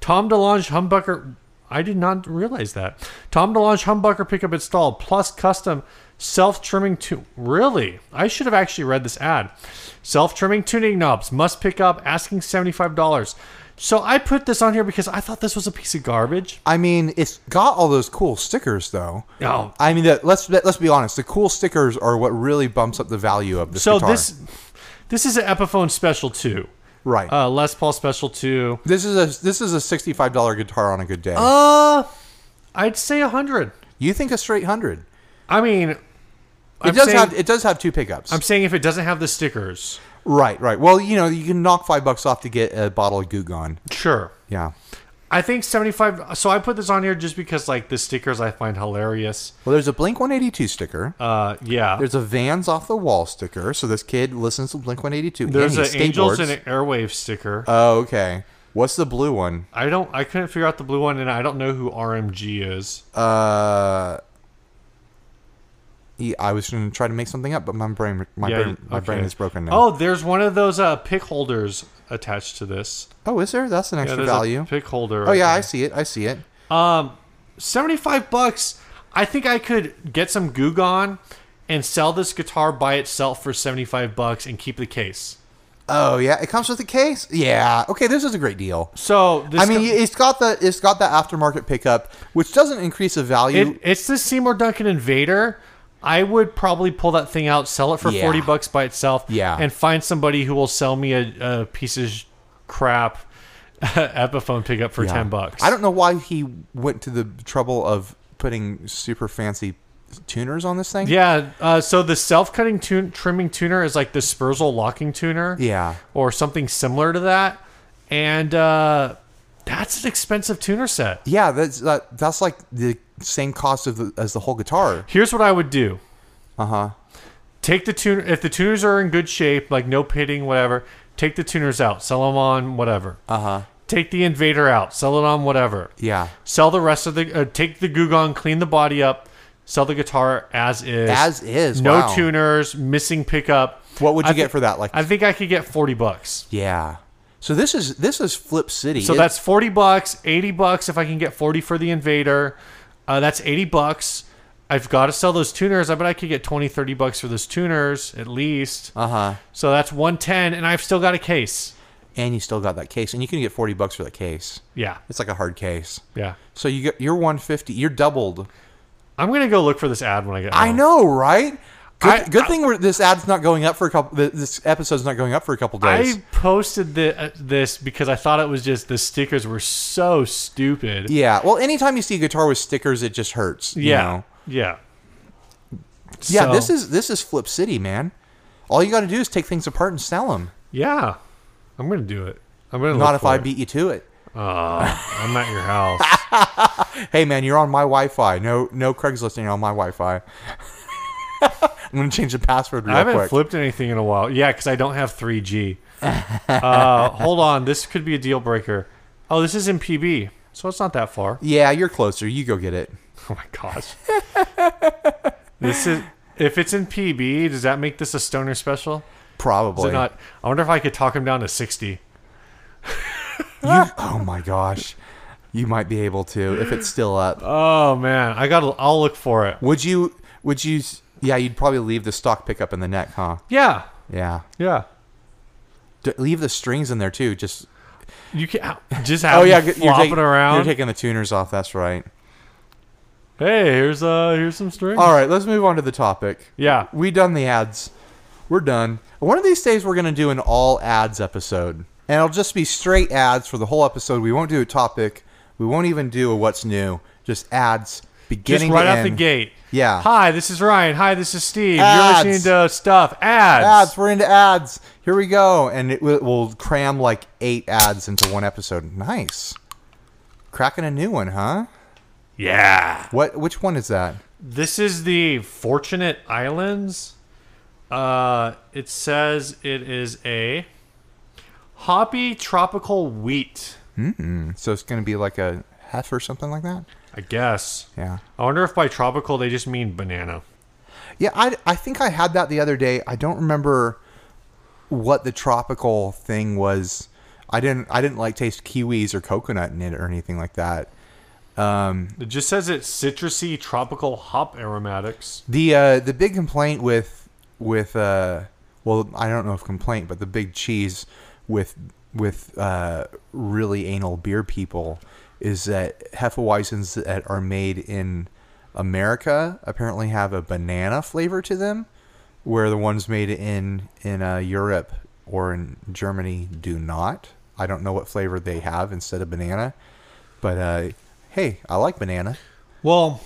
[SPEAKER 2] Tom DeLonge humbucker. I did not realize that. Tom DeLonge humbucker pickup installed plus custom self trimming tune. Really? I should have actually read this ad. Self trimming tuning knobs must pick up asking seventy five dollars. So I put this on here because I thought this was a piece of garbage.
[SPEAKER 1] I mean, it's got all those cool stickers though.
[SPEAKER 2] Oh.
[SPEAKER 1] I mean, the, let's let's be honest. The cool stickers are what really bumps up the value of this
[SPEAKER 2] So
[SPEAKER 1] guitar.
[SPEAKER 2] this this is an Epiphone special too.
[SPEAKER 1] right.
[SPEAKER 2] Uh, Les Paul special too.
[SPEAKER 1] this is a this is a sixty five dollar guitar on a good day.
[SPEAKER 2] Uh, I'd say a hundred.
[SPEAKER 1] you think a straight hundred?
[SPEAKER 2] I mean, it
[SPEAKER 1] It
[SPEAKER 2] I'm
[SPEAKER 1] does
[SPEAKER 2] saying,
[SPEAKER 1] have it does have two pickups.
[SPEAKER 2] I'm saying if it doesn't have the stickers,
[SPEAKER 1] right, right. Well, you know, you can knock five bucks off to get a bottle of Goo Gone.
[SPEAKER 2] sure.
[SPEAKER 1] Yeah.
[SPEAKER 2] I think 75. So I put this on here just because like the stickers I find hilarious.
[SPEAKER 1] Well, there's a Blink 182 sticker.
[SPEAKER 2] Uh, yeah.
[SPEAKER 1] There's a Vans off the wall sticker. So this kid listens to Blink 182. and
[SPEAKER 2] There's
[SPEAKER 1] he
[SPEAKER 2] an angels
[SPEAKER 1] skateboards.
[SPEAKER 2] and an airwave sticker.
[SPEAKER 1] Oh, okay. What's the blue one?
[SPEAKER 2] I don't. I couldn't figure out the blue one, and I don't know who RMG is.
[SPEAKER 1] Uh, yeah, I was going to try to make something up, but my brain, my
[SPEAKER 2] Yeah,
[SPEAKER 1] brain, my
[SPEAKER 2] okay.
[SPEAKER 1] brain is broken now.
[SPEAKER 2] Oh, there's one of those uh, pick holders attached to this.
[SPEAKER 1] oh, is there? That's an
[SPEAKER 2] Yeah,
[SPEAKER 1] extra
[SPEAKER 2] there's a
[SPEAKER 1] value.
[SPEAKER 2] pick holder.
[SPEAKER 1] Oh yeah, I see it. I see it.
[SPEAKER 2] Um, seventy-five bucks. I think I could get some Goo Gone and sell this guitar by itself for seventy-five bucks and keep the case.
[SPEAKER 1] Oh yeah, it comes with a case. Yeah. Okay, this is a great deal.
[SPEAKER 2] So this
[SPEAKER 1] I mean, it's got the it's got the aftermarket pickup, which doesn't increase the value.
[SPEAKER 2] it, it's the Seymour Duncan Invader. I would probably pull that thing out, sell it for
[SPEAKER 1] Yeah.
[SPEAKER 2] forty bucks by itself,
[SPEAKER 1] Yeah.
[SPEAKER 2] and find somebody who will sell me a, a piece of sh- crap (laughs) Epiphone pickup for
[SPEAKER 1] Yeah.
[SPEAKER 2] ten bucks.
[SPEAKER 1] I don't know why he went to the trouble of putting super fancy tuners on this thing.
[SPEAKER 2] Yeah. Uh, so the self-cutting tun- trimming tuner is like the Spurzal locking tuner.
[SPEAKER 1] Yeah.
[SPEAKER 2] Or something similar to that, and uh, that's an expensive tuner set.
[SPEAKER 1] Yeah, that's that, that's like the same cost of the, as the whole guitar.
[SPEAKER 2] Here's what I would do:
[SPEAKER 1] Uh
[SPEAKER 2] Uh-huh.
[SPEAKER 1] huh.
[SPEAKER 2] take the tuner. If the tuners are in good shape, like no pitting, whatever, take the tuners out, sell them on whatever.
[SPEAKER 1] Uh huh.
[SPEAKER 2] Take the invader out, sell it on whatever.
[SPEAKER 1] Yeah.
[SPEAKER 2] Sell the rest of the. Uh, take the Gugon, clean the body up, sell the guitar as is.
[SPEAKER 1] As is.
[SPEAKER 2] No
[SPEAKER 1] wow.
[SPEAKER 2] tuners, missing pickup.
[SPEAKER 1] What would you
[SPEAKER 2] I
[SPEAKER 1] get
[SPEAKER 2] thi-
[SPEAKER 1] for that? Like,
[SPEAKER 2] I think I could get forty bucks.
[SPEAKER 1] yeah. So this is this is Flip City.
[SPEAKER 2] So
[SPEAKER 1] It-
[SPEAKER 2] that's forty bucks. Eighty bucks if I can get forty for the invader. Uh, that's eighty bucks. I've got to sell those tuners. I bet I could get 20, 30 bucks for those tuners at least.
[SPEAKER 1] uh huh.
[SPEAKER 2] So that's one ten, and I've still got a case.
[SPEAKER 1] And you still got that case, and you can get forty bucks for the case.
[SPEAKER 2] Yeah,
[SPEAKER 1] It's like a hard case.
[SPEAKER 2] yeah.
[SPEAKER 1] So you get you're one fifty. You're doubled.
[SPEAKER 2] I'm gonna go look for this ad when I get.
[SPEAKER 1] I
[SPEAKER 2] home.
[SPEAKER 1] know, right? Good,
[SPEAKER 2] Oh. I-
[SPEAKER 1] good thing we're, this ad's not going up for a couple. th- This episode's not going up for a couple days.
[SPEAKER 2] I posted the, uh, this because I thought it was just the stickers were so stupid.
[SPEAKER 1] yeah. Well, anytime you see a guitar with stickers, it just hurts. you
[SPEAKER 2] yeah,
[SPEAKER 1] know?
[SPEAKER 2] yeah.
[SPEAKER 1] Yeah.
[SPEAKER 2] So-
[SPEAKER 1] This is this is Flip City, man. All you got to do is take things apart and sell them.
[SPEAKER 2] Yeah, I'm gonna do it. I'm gonna
[SPEAKER 1] Not
[SPEAKER 2] look
[SPEAKER 1] if
[SPEAKER 2] for
[SPEAKER 1] I
[SPEAKER 2] it.
[SPEAKER 1] beat you to it.
[SPEAKER 2] I'm at your house.
[SPEAKER 1] Hey man, you're on my Wi-Fi. No, no Craigslisting on my Wi-Fi. (laughs) I'm gonna change the password real
[SPEAKER 2] I haven't
[SPEAKER 1] quick.
[SPEAKER 2] flipped anything in a while. Yeah, because I don't have 3G.
[SPEAKER 1] (laughs)
[SPEAKER 2] uh, hold on, this could be a deal breaker. Oh, this is in PB, so it's not that far. (laughs)
[SPEAKER 1] yeah, you're closer. You go get it.
[SPEAKER 2] Oh my gosh. this is if it's in PB, does that make this a stoner special? Is
[SPEAKER 1] Probably
[SPEAKER 2] it not? I wonder if I could talk him down to 60. Ah!
[SPEAKER 1] You, oh my gosh, you might be able to if it's still up.
[SPEAKER 2] Oh man, I got. to I'll look for it.
[SPEAKER 1] Would you? Would you? s- Yeah, you'd probably leave the stock pickup in the neck, huh?
[SPEAKER 2] Yeah,
[SPEAKER 1] Yeah,
[SPEAKER 2] yeah.
[SPEAKER 1] D- leave the strings in there too. Just
[SPEAKER 2] You can just have. oh yeah, flopping
[SPEAKER 1] you're taking,
[SPEAKER 2] around.
[SPEAKER 1] You're taking the tuners off. That's right.
[SPEAKER 2] hey, here's uh, here's some string.
[SPEAKER 1] All right, let's move on to the topic.
[SPEAKER 2] Yeah,
[SPEAKER 1] We done the ads. We're done. One of these days, we're gonna do an all ads episode, and it'll just be straight ads for the whole episode. We won't do a topic. We won't even do a what's new. Just ads
[SPEAKER 2] just
[SPEAKER 1] beginning
[SPEAKER 2] right
[SPEAKER 1] to
[SPEAKER 2] out the
[SPEAKER 1] end.
[SPEAKER 2] gate.
[SPEAKER 1] Yeah.
[SPEAKER 2] Hi, this is Ryan. Hi, this is Steve.
[SPEAKER 1] Ah. Ads.
[SPEAKER 2] You're listening to stuff ads.
[SPEAKER 1] ads. We're into ads. Here we go, and it will we'll cram like eight ads into one episode. Nice, cracking a new one, huh?
[SPEAKER 2] Yeah.
[SPEAKER 1] What? Which one is that?
[SPEAKER 2] This is the Fortunate Islands. Uh, it says it is a hoppy tropical wheat.
[SPEAKER 1] Hmm. So it's gonna be like a hef or something like that.
[SPEAKER 2] I guess.
[SPEAKER 1] Yeah,
[SPEAKER 2] I wonder if by tropical they just mean banana.
[SPEAKER 1] yeah. I I think I had that the other day. I don't remember what the tropical thing was. I didn't I didn't like taste kiwis or coconut in it or anything like that.
[SPEAKER 2] It just says it's citrusy tropical hop aromatics.
[SPEAKER 1] The uh, the big complaint with with uh, well, I don't know if complaint, but the big cheese with with uh, really anal beer people is that hefeweizens that are made in America apparently have a banana flavor to them, where the ones made in in uh, Europe or in Germany do not. I don't know what flavor they have instead of banana, but uh, hey, I like banana.
[SPEAKER 2] Well,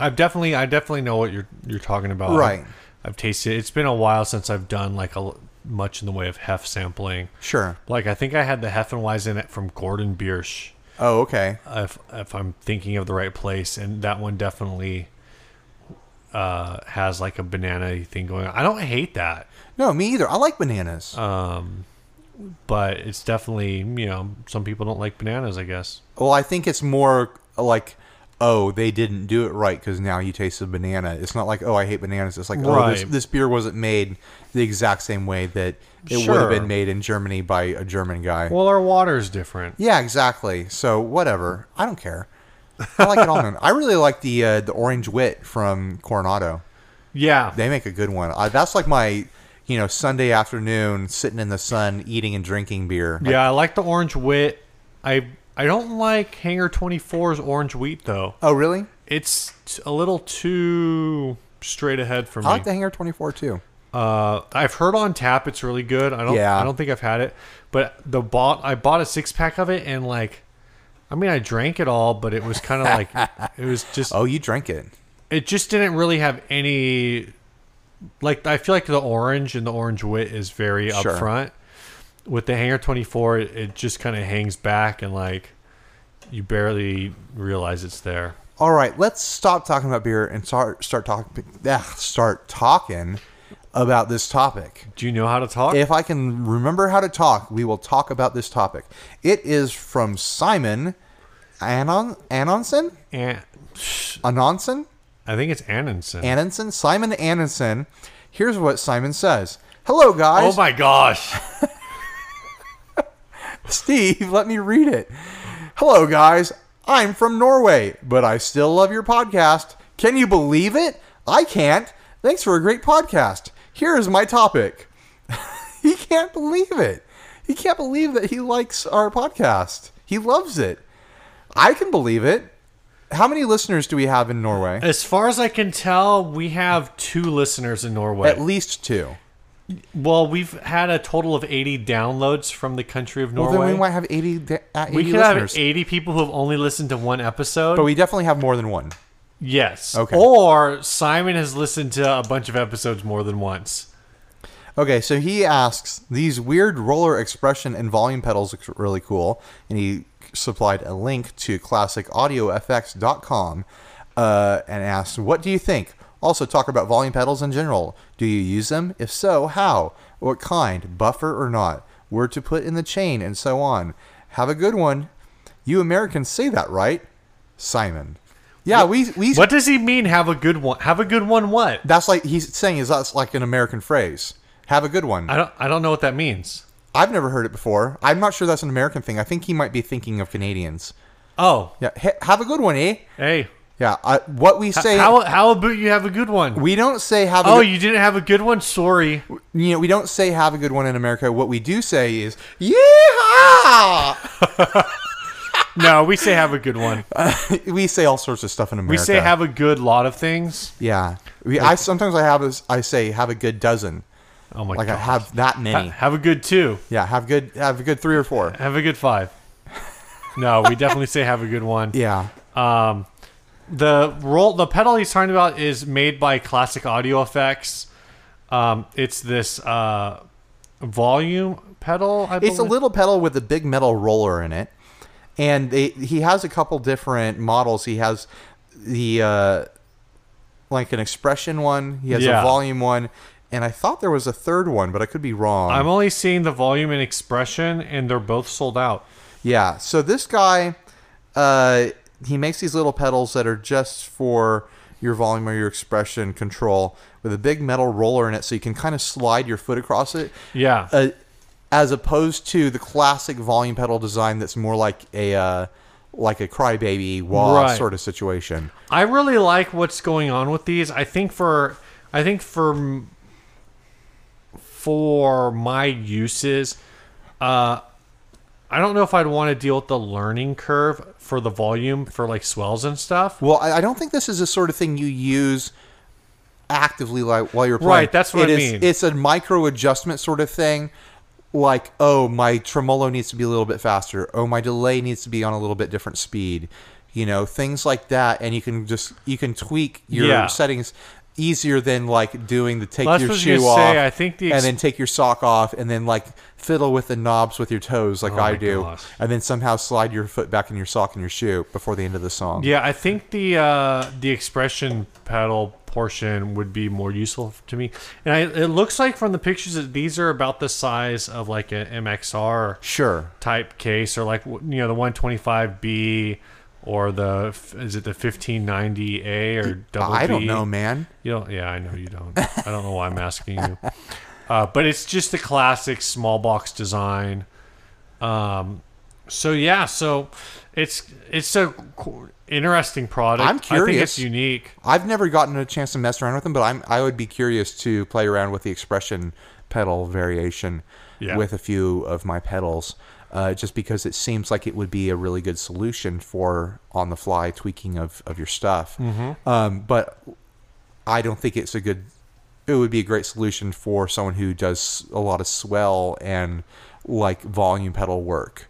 [SPEAKER 2] I've definitely, I definitely know what you're you're talking about.
[SPEAKER 1] Right.
[SPEAKER 2] I've, I've tasted. it. It's been a while since I've done like a l- much in the way of hef sampling.
[SPEAKER 1] Sure.
[SPEAKER 2] Like I think I had the Heffenweizen it from Gordon Biersch,
[SPEAKER 1] Oh, okay.
[SPEAKER 2] if if I'm thinking of the right place, and that one definitely uh, has like a banana thing going on. I don't hate that,
[SPEAKER 1] No, me either. I like bananas.
[SPEAKER 2] Uh. but it's definitely you know some people don't like bananas. I guess
[SPEAKER 1] Well, I think it's more like, oh, they didn't do it right because now you taste the banana. It's not like, oh, I hate bananas. It's like, oh, this,
[SPEAKER 2] Right.
[SPEAKER 1] this beer wasn't made the exact same way that it would have
[SPEAKER 2] Sure.
[SPEAKER 1] been made in Germany by a German guy.
[SPEAKER 2] well our water is different.
[SPEAKER 1] yeah, exactly. So whatever. I don't care. I like it all. man. I really like the uh, the orange wit from Coronado.
[SPEAKER 2] Yeah,
[SPEAKER 1] They make a good one. I, that's like my you know Sunday afternoon sitting in the sun eating and drinking beer. Like,
[SPEAKER 2] yeah. I like the orange wit. I I don't like Hanger 24's orange wheat though.
[SPEAKER 1] Oh, really?
[SPEAKER 2] It's t- a little too straight ahead for me.
[SPEAKER 1] I like the Hanger Twenty Four too.
[SPEAKER 2] Uh, I've heard on tap it's really good. I don't.
[SPEAKER 1] Yeah.
[SPEAKER 2] I don't think I've had it, but the bought I bought a six pack of it and like, I mean I drank it all, but it was kind of like it was just
[SPEAKER 1] (laughs) Oh, you drank it.
[SPEAKER 2] it just didn't really have any. Like I feel like the orange and the orange wit is very
[SPEAKER 1] Sure.
[SPEAKER 2] upfront. With the hanger twenty four, it, it just kind of hangs back and like you barely realize it's there.
[SPEAKER 1] All right, let's stop talking about beer and start start talking start talking about this topic.
[SPEAKER 2] Do you know how to talk?
[SPEAKER 1] If I can remember how to talk, we will talk about this topic. It is from Simon Anon Anonson
[SPEAKER 2] An-
[SPEAKER 1] Anonson
[SPEAKER 2] I think it's Annenson.
[SPEAKER 1] Anonson Simon Anonson. Here's what Simon says. Hello guys.
[SPEAKER 2] oh my gosh.
[SPEAKER 1] Steve, let me read it. Hello, guys. I'm from Norway, but I still love your podcast. Can you believe it? I can't. Thanks for a great podcast. Here is my topic. (laughs) he can't believe it. He can't believe that he likes our podcast. He loves it. I can believe it. How many listeners do we have in Norway?
[SPEAKER 2] As far as I can tell, we have two listeners in Norway.
[SPEAKER 1] At least two.
[SPEAKER 2] well, we've had a total of 80 downloads from the country of
[SPEAKER 1] Well,
[SPEAKER 2] Norway.
[SPEAKER 1] then we might have 80, da- uh, 80
[SPEAKER 2] we could
[SPEAKER 1] listeners.
[SPEAKER 2] have 80 people who have only listened to one episode.
[SPEAKER 1] But we definitely have more than one.
[SPEAKER 2] yes.
[SPEAKER 1] Okay.
[SPEAKER 2] Or Simon has listened to a bunch of episodes more than once.
[SPEAKER 1] Okay, so he asks these weird roller expression and volume pedals look really cool, and he supplied a link to classicaudiofx.com uh, and asked, "What do you think?" Also, talk about volume pedals in general. Do you use them? If so, how? What kind? Buffer or not? Where to put in the chain, and so on. Have a good one. You Americans say that, right? Simon. Yeah, we we
[SPEAKER 2] What does he mean? Have a good one. Have a good one. What?
[SPEAKER 1] that's like he's saying is that's like an American phrase. Have a good one.
[SPEAKER 2] I don't. I don't know what that means.
[SPEAKER 1] I've never heard it before. I'm not sure that's an American thing. I think he might be thinking of Canadians.
[SPEAKER 2] Oh,
[SPEAKER 1] Yeah, ha- have a good one, eh?
[SPEAKER 2] hey.
[SPEAKER 1] Yeah, I, what we say,
[SPEAKER 2] How how about you have a good one?
[SPEAKER 1] we don't say have. A
[SPEAKER 2] Oh,
[SPEAKER 1] good,
[SPEAKER 2] you didn't have a good one. Sorry.
[SPEAKER 1] you know, we don't say have a good one in America. What we do say is yeehaw.
[SPEAKER 2] No, we say have a good one.
[SPEAKER 1] we say all sorts of stuff in America.
[SPEAKER 2] We say have a good lot of things.
[SPEAKER 1] Yeah, we, I sometimes I have a, I say have a good dozen.
[SPEAKER 2] Oh my
[SPEAKER 1] Like I
[SPEAKER 2] god.
[SPEAKER 1] have that many.
[SPEAKER 2] Ha- have a good two.
[SPEAKER 1] yeah, have good have a good three or four.
[SPEAKER 2] Have a good five. No, we definitely say have a good one.
[SPEAKER 1] Yeah.
[SPEAKER 2] Um, the roll, the pedal he's talking about is made by Classic Audio Effects. Um, it's this uh, volume pedal. I
[SPEAKER 1] It's a
[SPEAKER 2] believe.
[SPEAKER 1] little pedal with a big metal roller in it, and they, he has a couple different models. He has the uh, like an expression one. He has
[SPEAKER 2] Yeah.
[SPEAKER 1] a volume one, and I thought there was a third one, but I could be wrong.
[SPEAKER 2] I'm only seeing the volume and expression, and they're both sold out.
[SPEAKER 1] yeah. So this guy, uh, he makes these little pedals that are just for your volume or your expression control with a big metal roller in it, so you can kind of slide your foot across it.
[SPEAKER 2] Yeah,
[SPEAKER 1] uh, as opposed to the classic volume pedal design that's more like a uh, like a crybaby wah
[SPEAKER 2] Right.
[SPEAKER 1] sort of situation.
[SPEAKER 2] I really like what's going on with these. I think for, I think for, for my uses, uh, I don't know if I'd want to deal with the learning curve for the volume for like swells and stuff.
[SPEAKER 1] Well, I, I don't think this is the sort of thing you use actively like while you're playing.
[SPEAKER 2] Right, that's what
[SPEAKER 1] It
[SPEAKER 2] I
[SPEAKER 1] is-
[SPEAKER 2] mean.
[SPEAKER 1] It's a micro adjustment sort of thing. Like, oh, my tremolo needs to be a little bit faster. Oh, my delay needs to be on a little bit different speed. You know, things like that, and you can just you can tweak your
[SPEAKER 2] Yeah.
[SPEAKER 1] settings easier than like doing the take
[SPEAKER 2] Well, that's
[SPEAKER 1] your
[SPEAKER 2] what I was
[SPEAKER 1] shoe
[SPEAKER 2] gonna
[SPEAKER 1] off.
[SPEAKER 2] say. I think the
[SPEAKER 1] and
[SPEAKER 2] ex-
[SPEAKER 1] then take your sock off, and then like fiddle with the knobs with your toes, like I
[SPEAKER 2] Oh my
[SPEAKER 1] do,
[SPEAKER 2] gosh.
[SPEAKER 1] and then somehow slide your foot back in your sock and your shoe before the end of the song.
[SPEAKER 2] Yeah, I think the uh, the expression pedal portion would be more useful to me. And I, it looks like from the pictures that these are about the size of like an MXR
[SPEAKER 1] Sure.
[SPEAKER 2] type case, or like you know the 125B, or the f- is it the 1590A or double?
[SPEAKER 1] I don't
[SPEAKER 2] B?
[SPEAKER 1] know, man.
[SPEAKER 2] You don't. Yeah, I know you don't. I don't know why I'm asking you. Uh, but it's just the classic small box design. Um, so yeah, so it's it's a co- interesting product.
[SPEAKER 1] I'm
[SPEAKER 2] I think
[SPEAKER 1] curious.
[SPEAKER 2] it's unique.
[SPEAKER 1] I've never gotten a chance to mess around with them, but I'm I would be curious to play around with the expression pedal variation
[SPEAKER 2] Yeah.
[SPEAKER 1] with a few of my pedals, uh, just because it seems like it would be a really good solution for on the fly tweaking of of your stuff. Um, but I don't think it's a good. It would be a great solution for someone who does a lot of swell and like volume pedal work.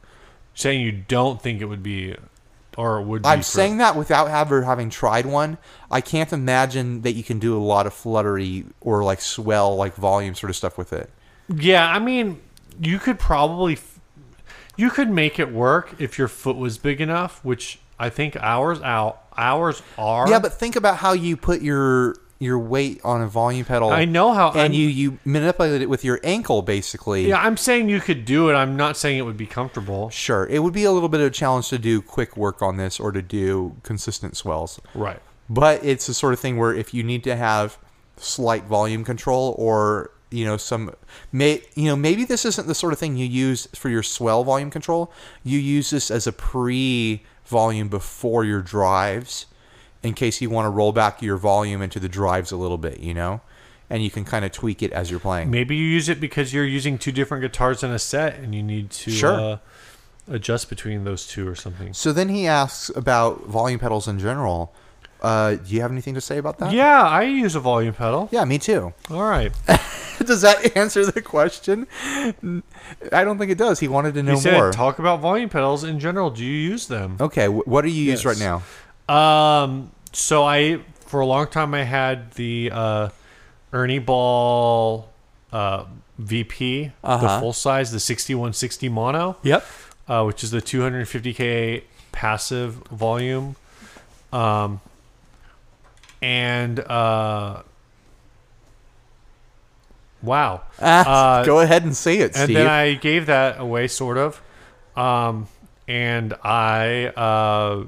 [SPEAKER 2] Saying you don't think it would be, or it would. Be
[SPEAKER 1] I'm
[SPEAKER 2] for-
[SPEAKER 1] saying that without ever having tried one. I can't imagine that you can do a lot of fluttery or like swell, like volume sort of stuff with it.
[SPEAKER 2] Yeah, I mean, you could probably, f- you could make it work if your foot was big enough, which I think ours out ours are.
[SPEAKER 1] Yeah, but think about how you put your your weight on a volume pedal.
[SPEAKER 2] I know how.
[SPEAKER 1] and
[SPEAKER 2] I'm-
[SPEAKER 1] you you manipulate it with your ankle basically.
[SPEAKER 2] Yeah, I'm saying you could do it. I'm not saying it would be comfortable.
[SPEAKER 1] Sure, it would be a little bit of a challenge to do quick work on this or to do consistent swells.
[SPEAKER 2] Right.
[SPEAKER 1] but it's the sort of thing where if you need to have slight volume control or you know some may you know maybe this isn't the sort of thing you use for your swell volume control you use this as a pre volume before your drives in case you want to roll back your volume into the drives a little bit you know and you can kind of tweak it as you're playing
[SPEAKER 2] Maybe you use it because you're using two different guitars in a set and you need to
[SPEAKER 1] Sure.
[SPEAKER 2] uh, adjust between those two or something.
[SPEAKER 1] so then he asks about volume pedals in general uh, do you have anything to say about that
[SPEAKER 2] Yeah, I use a volume pedal.
[SPEAKER 1] yeah me too
[SPEAKER 2] All right.
[SPEAKER 1] (laughs) Does that answer the question? I don't think it does. He wanted to know
[SPEAKER 2] He said,
[SPEAKER 1] more.
[SPEAKER 2] talk about volume pedals in general. Do you use them?
[SPEAKER 1] okay, wh- what do you use
[SPEAKER 2] Yes.
[SPEAKER 1] right now?
[SPEAKER 2] Um, so I, for a long time, I had the uh, Ernie Ball uh, VP, the
[SPEAKER 1] Uh-huh.
[SPEAKER 2] full size, the 6160 mono,
[SPEAKER 3] Yep.
[SPEAKER 2] uh, which is the 250k passive volume, um, and uh, wow,
[SPEAKER 1] (laughs) Ah,
[SPEAKER 2] Uh,
[SPEAKER 1] go ahead and say it,
[SPEAKER 2] and
[SPEAKER 1] Steve.
[SPEAKER 2] then I gave that away, sort of. Um, and I, uh,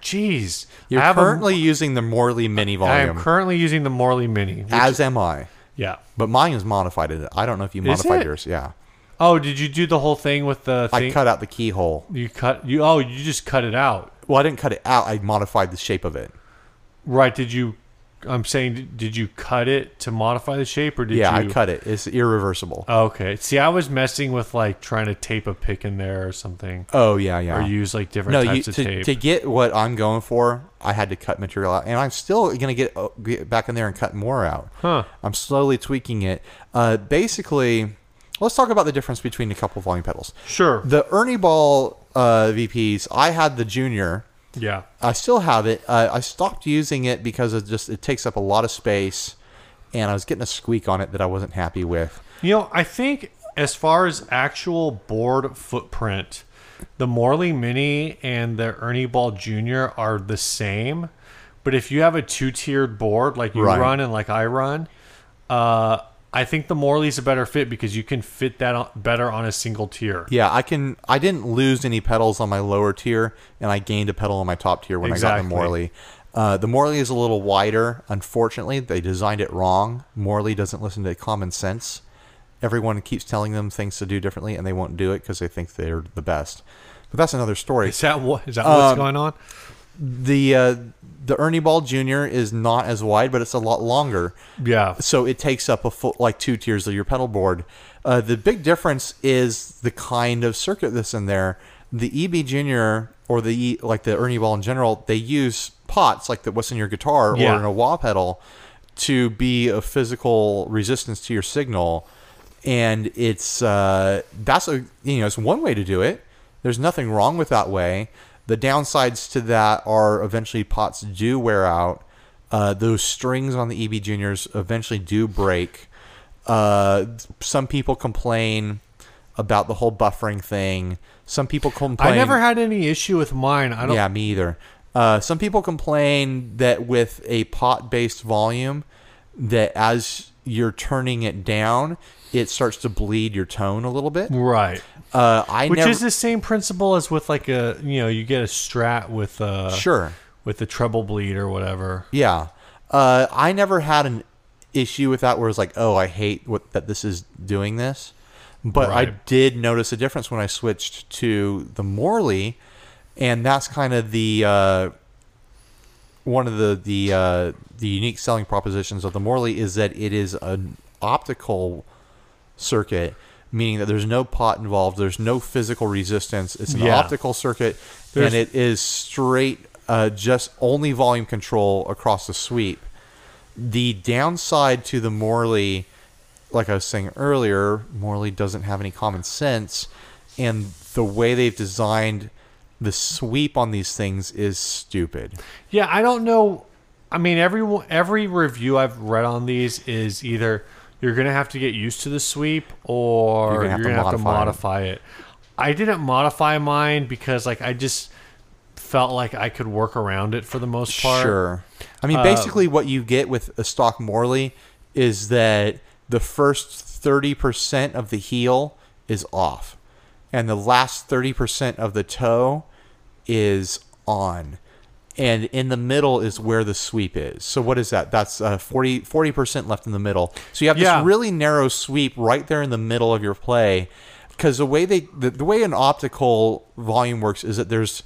[SPEAKER 2] geez,
[SPEAKER 1] You're
[SPEAKER 2] I have a-
[SPEAKER 1] currently using the Morley mini
[SPEAKER 2] I
[SPEAKER 1] volume,
[SPEAKER 2] am currently using the Morley Mini. which-
[SPEAKER 1] as am I.
[SPEAKER 2] yeah.
[SPEAKER 1] But mine is modified. I don't know if you
[SPEAKER 2] Is
[SPEAKER 1] modified
[SPEAKER 2] it?
[SPEAKER 1] yours. Yeah,
[SPEAKER 2] Oh, did you do the whole thing with the
[SPEAKER 1] I
[SPEAKER 2] thing?
[SPEAKER 1] cut out the keyhole.
[SPEAKER 2] You cut you. Oh, you just cut it out,
[SPEAKER 1] Well, I didn't cut it out. I modified the shape of it.
[SPEAKER 2] right? Did you? I'm saying, did- did you cut it to modify the shape, or did
[SPEAKER 1] yeah,
[SPEAKER 2] you? Uh,
[SPEAKER 1] I cut it. It's irreversible.
[SPEAKER 2] Okay. See, I was messing with like trying to tape a pick in there or something,
[SPEAKER 1] oh yeah, yeah.
[SPEAKER 2] or use like different
[SPEAKER 1] no, you,
[SPEAKER 2] types of
[SPEAKER 1] to,
[SPEAKER 2] tape.
[SPEAKER 1] to get what I'm going for, I had to cut material out, and I'm still gonna get, uh, get back in there and cut more out.
[SPEAKER 2] Huh.
[SPEAKER 1] I'm slowly tweaking it. Uh, basically, let's talk about the difference between a couple volume pedals.
[SPEAKER 2] sure.
[SPEAKER 1] The Ernie Ball uh, VPs, I had the Junior.
[SPEAKER 2] yeah.
[SPEAKER 1] I still have it. Uh, I stopped using it because it just it takes up a lot of space, and I was getting a squeak on it that I wasn't happy with.
[SPEAKER 2] You know, I think as far as actual board footprint, the Morley Mini and the Ernie Ball Jr. are the same. But if you have a two tiered board, like you
[SPEAKER 1] Right.
[SPEAKER 2] run and like I run, uh, I think the Morley's a better fit because you can fit that on, better on a single tier.
[SPEAKER 1] Yeah, I can. I didn't lose any pedals on my lower tier, and I gained a pedal on my top tier when I got
[SPEAKER 2] Exactly.
[SPEAKER 1] the Morley. Uh, the Morley is a little wider. Unfortunately, they designed it wrong. Morley doesn't listen to common sense. Everyone keeps telling them things to do differently, and they won't do it because they think they're the best. But that's another story.
[SPEAKER 2] Is that what is that
[SPEAKER 1] Um,
[SPEAKER 2] what's going on?
[SPEAKER 1] The uh, the Ernie Ball Jr. is not as wide, but it's a lot longer.
[SPEAKER 2] Yeah.
[SPEAKER 1] so it takes up a full like two tiers of your pedal board. Uh, the big difference is the kind of circuit that's in there. The EB Junior or the e, like the Ernie Ball in general, they use pots like the, what's in your guitar
[SPEAKER 2] Yeah.
[SPEAKER 1] or in a wah pedal to be a physical resistance to your signal, and it's uh, that's a you know it's one way to do it. There's nothing wrong with that way. The downsides to that are eventually pots do wear out. Uh, those strings on the EB Juniors eventually do break. Uh, some people complain about the whole buffering thing. Some people complain.
[SPEAKER 2] I never had any issue with mine. I don't
[SPEAKER 1] Yeah, me either. Uh, some people complain that with a pot-based volume, that as you're turning it down, it starts to bleed your tone a little bit.
[SPEAKER 2] Right.
[SPEAKER 1] Uh, I
[SPEAKER 2] Which
[SPEAKER 1] never
[SPEAKER 2] is the same principle as with like a you know, you get a strat with uh
[SPEAKER 1] sure.
[SPEAKER 2] with the treble bleed or whatever.
[SPEAKER 1] Yeah. Uh, I never had an issue with that where it's like, oh, I hate what that this is doing this. But I
[SPEAKER 2] Right.
[SPEAKER 1] did notice a difference when I switched to the Morley, and that's kind of the uh, one of the the uh, the unique selling propositions of the Morley is that it is an optical circuit, meaning that there's no pot involved, there's no physical resistance. It's an
[SPEAKER 2] Yeah.
[SPEAKER 1] optical circuit,
[SPEAKER 2] There's-
[SPEAKER 1] and it is straight, uh, just only volume control across the sweep. The downside to the Morley, like I was saying earlier, Morley doesn't have any common sense, and the way they've designed the sweep on these things is stupid.
[SPEAKER 2] Yeah, I don't know. I mean, every every review I've read on these is either you're gonna have to get used to the sweep, or you're
[SPEAKER 1] You're
[SPEAKER 2] gonna have, to, modify
[SPEAKER 1] modify
[SPEAKER 2] it. I didn't modify mine because like I just felt like I could work around it for the most part.
[SPEAKER 1] Sure. I mean, basically, what you get with a stock Morley is that the first 30% of the heel is off, and the last 30% of the toe is on. And in the middle is where the sweep is. So, what is that? That's uh, 40, 40% left in the middle. So, you have
[SPEAKER 2] Yeah.
[SPEAKER 1] this really narrow sweep right there in the middle of your play. Because the way they the, the way an optical volume works is that there's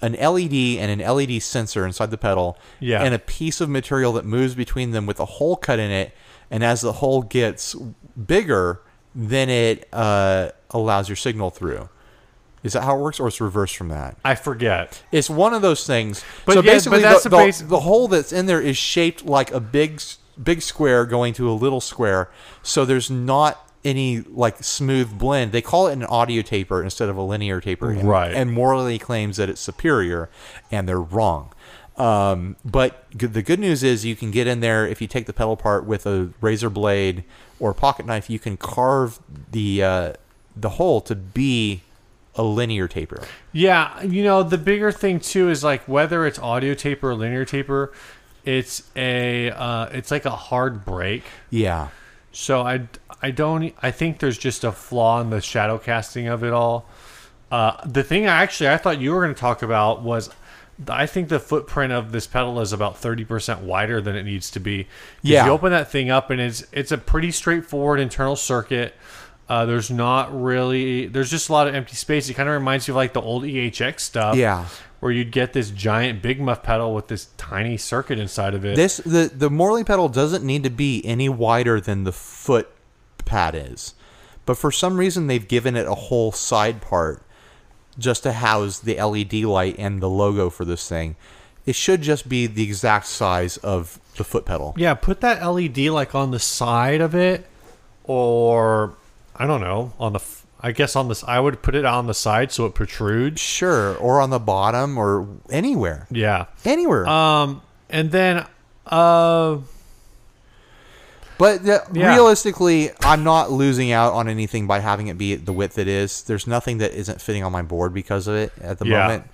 [SPEAKER 1] an LED and an LED sensor inside the pedal,
[SPEAKER 2] Yeah.
[SPEAKER 1] and a piece of material that moves between them with a hole cut in it. And as the hole gets bigger, then it uh, allows your signal through. Is that how it works, or it's reversed from that?
[SPEAKER 2] I forget.
[SPEAKER 1] It's one of those things.
[SPEAKER 2] But
[SPEAKER 1] so
[SPEAKER 2] yeah, but
[SPEAKER 1] basically,
[SPEAKER 2] that's
[SPEAKER 1] the,
[SPEAKER 2] the
[SPEAKER 1] the,
[SPEAKER 2] base-
[SPEAKER 1] the hole that's in there is shaped like a big s- big square going to a little square. So there's not any like smooth blend. They call it an audio taper instead of a linear taper. And,
[SPEAKER 2] Right.
[SPEAKER 1] And Morley claims that it's superior, and they're wrong. Um, but g- the good news is you can get in there if you take the pedal part with a razor blade or pocket knife. You can carve the uh, the hole to be a linear taper.
[SPEAKER 2] Yeah, you know, the bigger thing too is like whether it's audio taper or linear taper, it's a uh, it's like a hard break.
[SPEAKER 1] Yeah,
[SPEAKER 2] So I I don't e, I think there's just a flaw in the shadow casting of it all. Uh, the thing I actually I thought you were going to talk about was I think the footprint of this pedal is about 30% wider than it needs to be. 'Cause
[SPEAKER 1] Yeah.
[SPEAKER 2] You open that thing up and it's it's a pretty straightforward internal circuit. Uh, there's not really there's just a lot of empty space. It kind of reminds you of like the old EHX stuff.
[SPEAKER 1] Yeah.
[SPEAKER 2] Where you'd get this giant Big Muff pedal with this tiny circuit inside of it.
[SPEAKER 1] this the the Morley pedal doesn't need to be any wider than the foot pad is, but for some reason they've given it a whole side part just to house the LED light and the logo for this thing. It should just be the exact size of the foot pedal.
[SPEAKER 2] Yeah, put that LED like on the side of it, or I don't know, on the. f- I guess on this, I would put it on the side so it protrudes.
[SPEAKER 1] Sure, or on the bottom, or anywhere,
[SPEAKER 2] Yeah.
[SPEAKER 1] anywhere.
[SPEAKER 2] Um, and then, uh,
[SPEAKER 1] But the,
[SPEAKER 2] Yeah.
[SPEAKER 1] realistically, I'm not losing out on anything by having it be the width it is. There's nothing that isn't fitting on my board because of it at the
[SPEAKER 2] Yeah.
[SPEAKER 1] moment.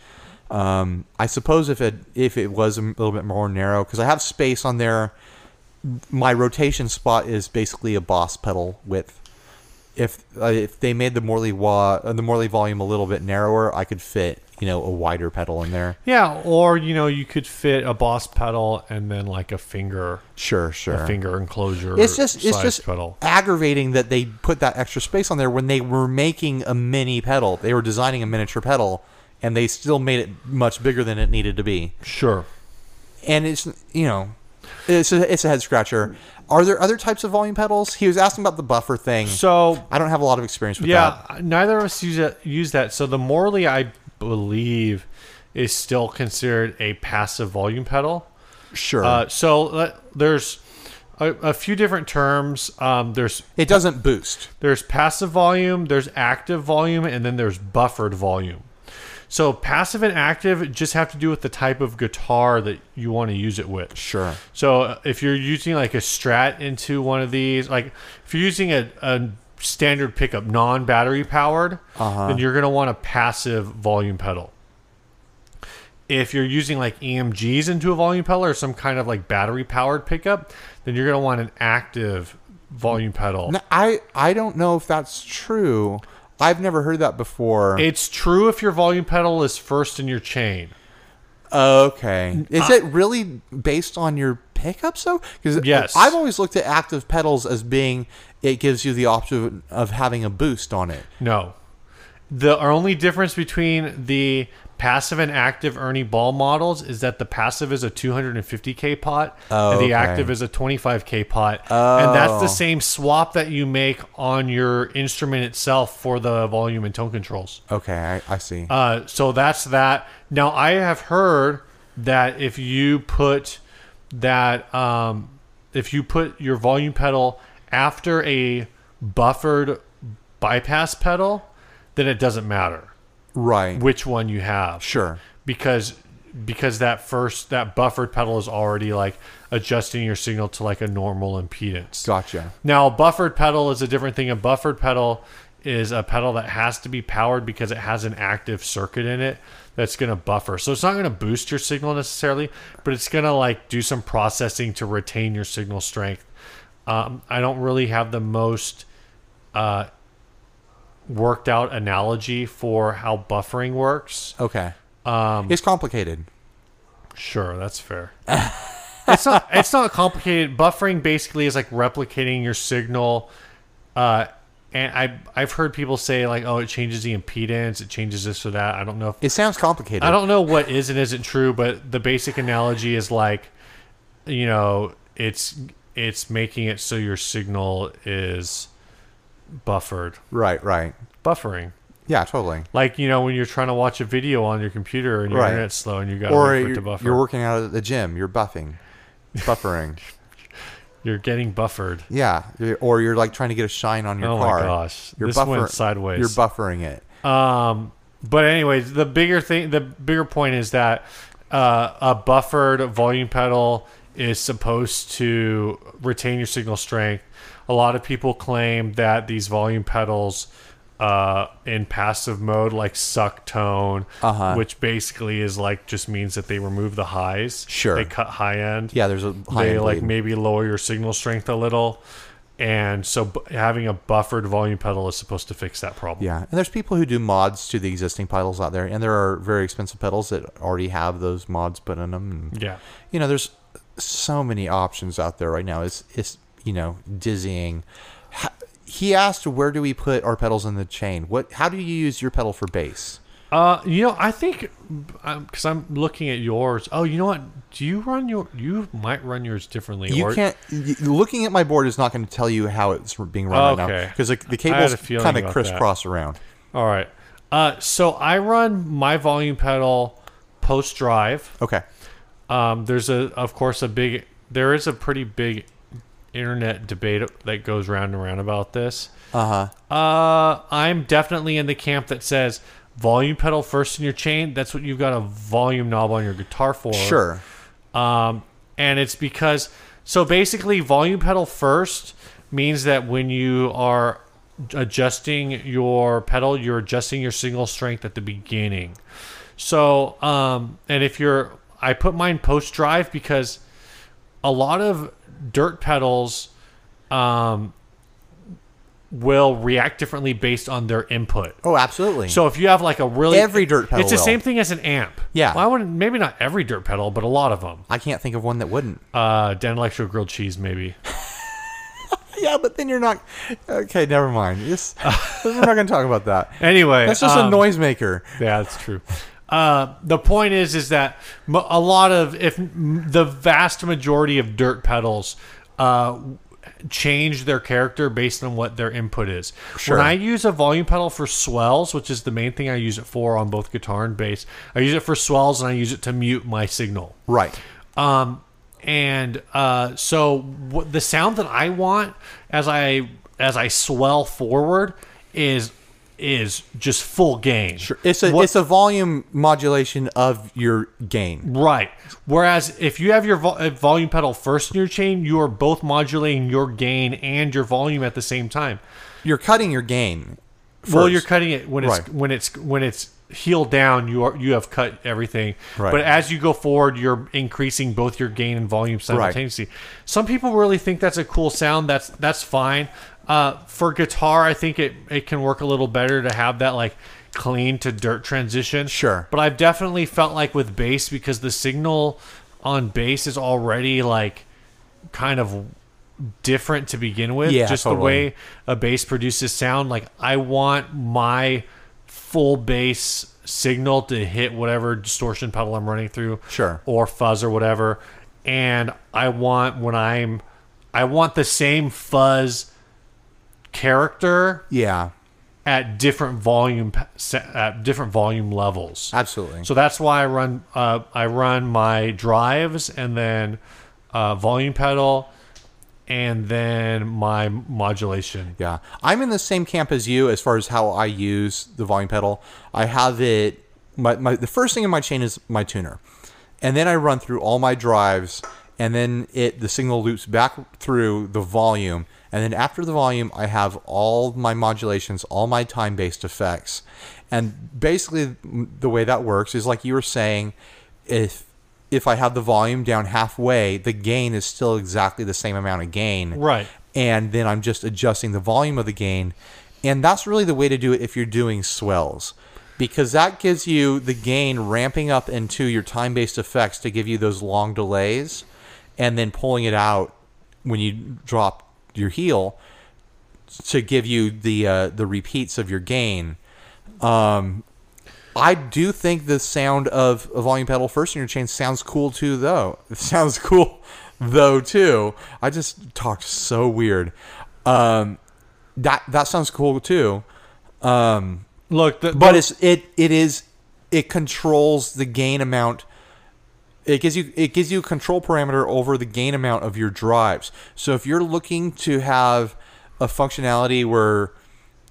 [SPEAKER 1] Um, I suppose if it if it was a little bit more narrow, because I have space on there, my rotation spot is basically a boss pedal width. If uh, if they made the Morley wa- uh, the Morley volume a little bit narrower, I could fit you know a wider pedal in there.
[SPEAKER 2] yeah, or you know, you could fit a boss pedal and then like a finger,
[SPEAKER 1] Sure, sure.
[SPEAKER 2] a finger enclosure.
[SPEAKER 1] it's just it's
[SPEAKER 2] size
[SPEAKER 1] just
[SPEAKER 2] pedal.
[SPEAKER 1] aggravating that they put that extra space on there when they were making a mini pedal. They were designing a miniature pedal, and they still made it much bigger than it needed to be.
[SPEAKER 2] Sure.
[SPEAKER 1] And it's you know, it's a, it's a head scratcher. Are there other types of volume pedals? He was asking about the buffer thing.
[SPEAKER 2] So
[SPEAKER 1] I don't have a lot of experience with
[SPEAKER 2] yeah, neither of us use that, use that. So the Morley, I believe, is still considered a passive volume pedal.
[SPEAKER 1] that. Sure,
[SPEAKER 2] Uh, so uh, there's a, a few different terms. Um, there's
[SPEAKER 1] it doesn't boost.
[SPEAKER 2] there's passive volume, there's active volume, and then there's buffered volume. So passive and active just have to do with the type of guitar that you want to use it with.
[SPEAKER 1] Sure,
[SPEAKER 2] So uh, if you're using like a Strat into one of these, like if you're using a, a standard pickup, non-battery powered, then you're gonna want a passive volume pedal. If you're using like EMGs into a volume pedal or some kind of like battery powered pickup, then you're gonna want an active volume pedal.
[SPEAKER 1] No, I I don't know if that's true. I've never heard that before.
[SPEAKER 2] It's true if your volume pedal is first in your chain.
[SPEAKER 1] Okay. Is
[SPEAKER 2] Uh,
[SPEAKER 1] it really based on your pickups though? Because
[SPEAKER 2] Yes.
[SPEAKER 1] I've always looked at active pedals as being it gives you the option of having a boost on it.
[SPEAKER 2] No. The only difference between the passive and active Ernie Ball models is that the passive is a 250k pot
[SPEAKER 1] Oh,
[SPEAKER 2] and the
[SPEAKER 1] okay.
[SPEAKER 2] active is a 25k pot. And that's the same swap that you make on your instrument itself for the volume and tone controls.
[SPEAKER 1] Okay, I, I see.
[SPEAKER 2] Uh, so that's that. Now I have heard that if you put that um, if you put your volume pedal after a buffered bypass pedal, then it doesn't matter
[SPEAKER 1] right.
[SPEAKER 2] which one you have
[SPEAKER 1] Sure.
[SPEAKER 2] because because that first that buffered pedal is already like adjusting your signal to like a normal impedance.
[SPEAKER 1] Gotcha.
[SPEAKER 2] Now, a buffered pedal is a different thing. A buffered pedal is a pedal that has to be powered because it has an active circuit in it that's going to buffer. So it's not going to boost your signal necessarily, but it's going to like do some processing to retain your signal strength. Um, I don't really have the most uh, worked out analogy for how buffering works.
[SPEAKER 1] Okay. Um, it's complicated.
[SPEAKER 2] Sure, that's fair. (laughs) it's not it's not complicated. Buffering basically is like replicating your signal. Uh, and I I've heard people say like, oh, it changes the impedance, it changes this or that. I don't know if
[SPEAKER 1] It sounds complicated.
[SPEAKER 2] I don't know what is and isn't true, but the basic analogy is like, you know, it's it's making it so your signal is buffered.
[SPEAKER 1] right, right.
[SPEAKER 2] Buffering.
[SPEAKER 1] Yeah, totally.
[SPEAKER 2] Like, you know, when you're trying to watch a video on your computer and your
[SPEAKER 1] Right.
[SPEAKER 2] internet's slow and you gotta
[SPEAKER 1] Or
[SPEAKER 2] wait for it to
[SPEAKER 1] you're,
[SPEAKER 2] buffer.
[SPEAKER 1] you're working out at the gym, you're buffing.
[SPEAKER 2] (laughs)
[SPEAKER 1] Buffering.
[SPEAKER 2] you're getting buffered.
[SPEAKER 1] yeah. You're- Or you're like trying to get a shine on your
[SPEAKER 2] Oh my
[SPEAKER 1] car.
[SPEAKER 2] gosh.
[SPEAKER 1] You're
[SPEAKER 2] This
[SPEAKER 1] buffer-
[SPEAKER 2] went sideways.
[SPEAKER 1] You're buffering it.
[SPEAKER 2] Um, but anyways, the bigger thing, the bigger point is that uh, a buffered volume pedal is supposed to retain your signal strength. A lot of people claim that these volume pedals uh, in passive mode like suck tone,
[SPEAKER 1] Uh-huh.
[SPEAKER 2] which basically is like just means that they remove the highs.
[SPEAKER 1] Sure.
[SPEAKER 2] they cut high end
[SPEAKER 1] Yeah, there's a high
[SPEAKER 2] they
[SPEAKER 1] end
[SPEAKER 2] like
[SPEAKER 1] bleed.
[SPEAKER 2] maybe lower your signal strength a little and so b- having a buffered volume pedal is supposed to fix that problem
[SPEAKER 1] Yeah, and there's people who do mods to the existing pedals out there, and there are very expensive pedals that already have those mods put in them. And,
[SPEAKER 2] yeah
[SPEAKER 1] You know, there's so many options out there right now. It's it's you know dizzying. Ha- He asked, "Where do we put our pedals in the chain? What? How do you use your pedal for bass?"
[SPEAKER 2] uh you know i think because i'm looking at yours oh you know what do you run your you might run yours differently
[SPEAKER 1] You
[SPEAKER 2] or
[SPEAKER 1] can't. y- Looking at my board is not going to tell you how it's being run right now
[SPEAKER 2] Okay.
[SPEAKER 1] because the, the
[SPEAKER 2] I had a
[SPEAKER 1] cables
[SPEAKER 2] feeling
[SPEAKER 1] kind
[SPEAKER 2] about that.
[SPEAKER 1] of crisscross around.
[SPEAKER 2] all right uh so i run my volume pedal post drive
[SPEAKER 1] Okay.
[SPEAKER 2] um there's a of course a big there is a pretty big internet debate that goes round and round about this
[SPEAKER 1] Uh huh.
[SPEAKER 2] Uh, I'm definitely in the camp that says volume pedal first in your chain. That's what you've got a volume knob on your guitar for.
[SPEAKER 1] Sure.
[SPEAKER 2] Um, and it's because so basically volume pedal first means that when you are adjusting your pedal, you're adjusting your signal strength at the beginning. So, um, and if you're, I put mine post drive because a lot of dirt pedals um, will react differently based on their input.
[SPEAKER 1] Oh, absolutely.
[SPEAKER 2] So if you have like a really
[SPEAKER 1] Every dirt pedal
[SPEAKER 2] it's the
[SPEAKER 1] will.
[SPEAKER 2] same thing as an amp.
[SPEAKER 1] Yeah.
[SPEAKER 2] Well, I wouldn't maybe not every dirt pedal, but a lot of them.
[SPEAKER 1] I can't think of one that wouldn't.
[SPEAKER 2] Uh, Dan Electro grilled cheese maybe.
[SPEAKER 1] (laughs) Yeah, but then you're not. Okay, never mind.
[SPEAKER 2] (laughs)
[SPEAKER 1] This, we're not going to talk about that.
[SPEAKER 2] Anyway,
[SPEAKER 1] That's just
[SPEAKER 2] um,
[SPEAKER 1] a noisemaker.
[SPEAKER 2] Yeah, that's true. Uh, the point is, is that m- a lot of, if m- the vast majority of dirt pedals uh, change their character based on what their input is.
[SPEAKER 1] Sure.
[SPEAKER 2] When I use a volume pedal for swells, which is the main thing I use it for on both guitar and bass, I use it for swells and I use it to mute my signal.
[SPEAKER 1] Right.
[SPEAKER 2] Um, and uh, so what the sound that I want as I as I swell forward is is just full gain. Sure.
[SPEAKER 1] It's a it's a volume modulation of your gain.
[SPEAKER 2] Right. Whereas if you have your vo- uh, volume pedal first in your chain, you are both modulating your gain and your volume at the same time.
[SPEAKER 1] You're cutting your gain.
[SPEAKER 2] Well,
[SPEAKER 1] first.
[SPEAKER 2] you're cutting it when it's
[SPEAKER 1] Right.
[SPEAKER 2] when it's when it's heel down. You are you have cut everything.
[SPEAKER 1] Right.
[SPEAKER 2] But as you go forward, you're increasing both your gain and volume simultaneously. Some people really think that's a cool sound. That's that's fine. Uh, for guitar, I think it it can work a little better to have that like clean to dirt transition.
[SPEAKER 1] Sure.
[SPEAKER 2] But I've definitely felt like with bass because the signal on bass is already like kind of different to begin with.
[SPEAKER 1] Yeah,
[SPEAKER 2] just the
[SPEAKER 1] totally.
[SPEAKER 2] way a bass produces sound. Like I want my full bass signal to hit whatever distortion pedal I'm running through,
[SPEAKER 1] Sure.
[SPEAKER 2] or fuzz or whatever. And I want when I'm, I want the same fuzz character
[SPEAKER 1] yeah,
[SPEAKER 2] at different volume p- se- at different volume levels.
[SPEAKER 1] absolutely.
[SPEAKER 2] So that's why I run uh, I run my drives and then uh, volume pedal and then my modulation.
[SPEAKER 1] yeah, I'm in the same camp as you as far as how I use the volume pedal. I have it. My, my the first thing in my chain is my tuner, and then I run through all my drives, and then it the signal loops back through the volume, and then after the volume, I have all my modulations, all my time based effects, and basically the way that works is like you were saying, if if I have the volume down halfway, the gain is still exactly the same amount of gain.
[SPEAKER 2] Right.
[SPEAKER 1] And then I'm just adjusting the volume of the gain. And that's really the way to do it if you're doing swells, because that gives you the gain ramping up into your time based effects to give you those long delays and then pulling it out when you drop your heel to give you the uh, the repeats of your gain. I do think the sound of a volume pedal first in your chain sounds cool too, though. (laughs) It sounds cool, though too. I just talked so weird. Um, that that sounds cool too,
[SPEAKER 2] Look, the,
[SPEAKER 1] but it's it it is it controls the gain amount. It gives you it gives you a control parameter over the gain amount of your drives. So if you're looking to have a functionality where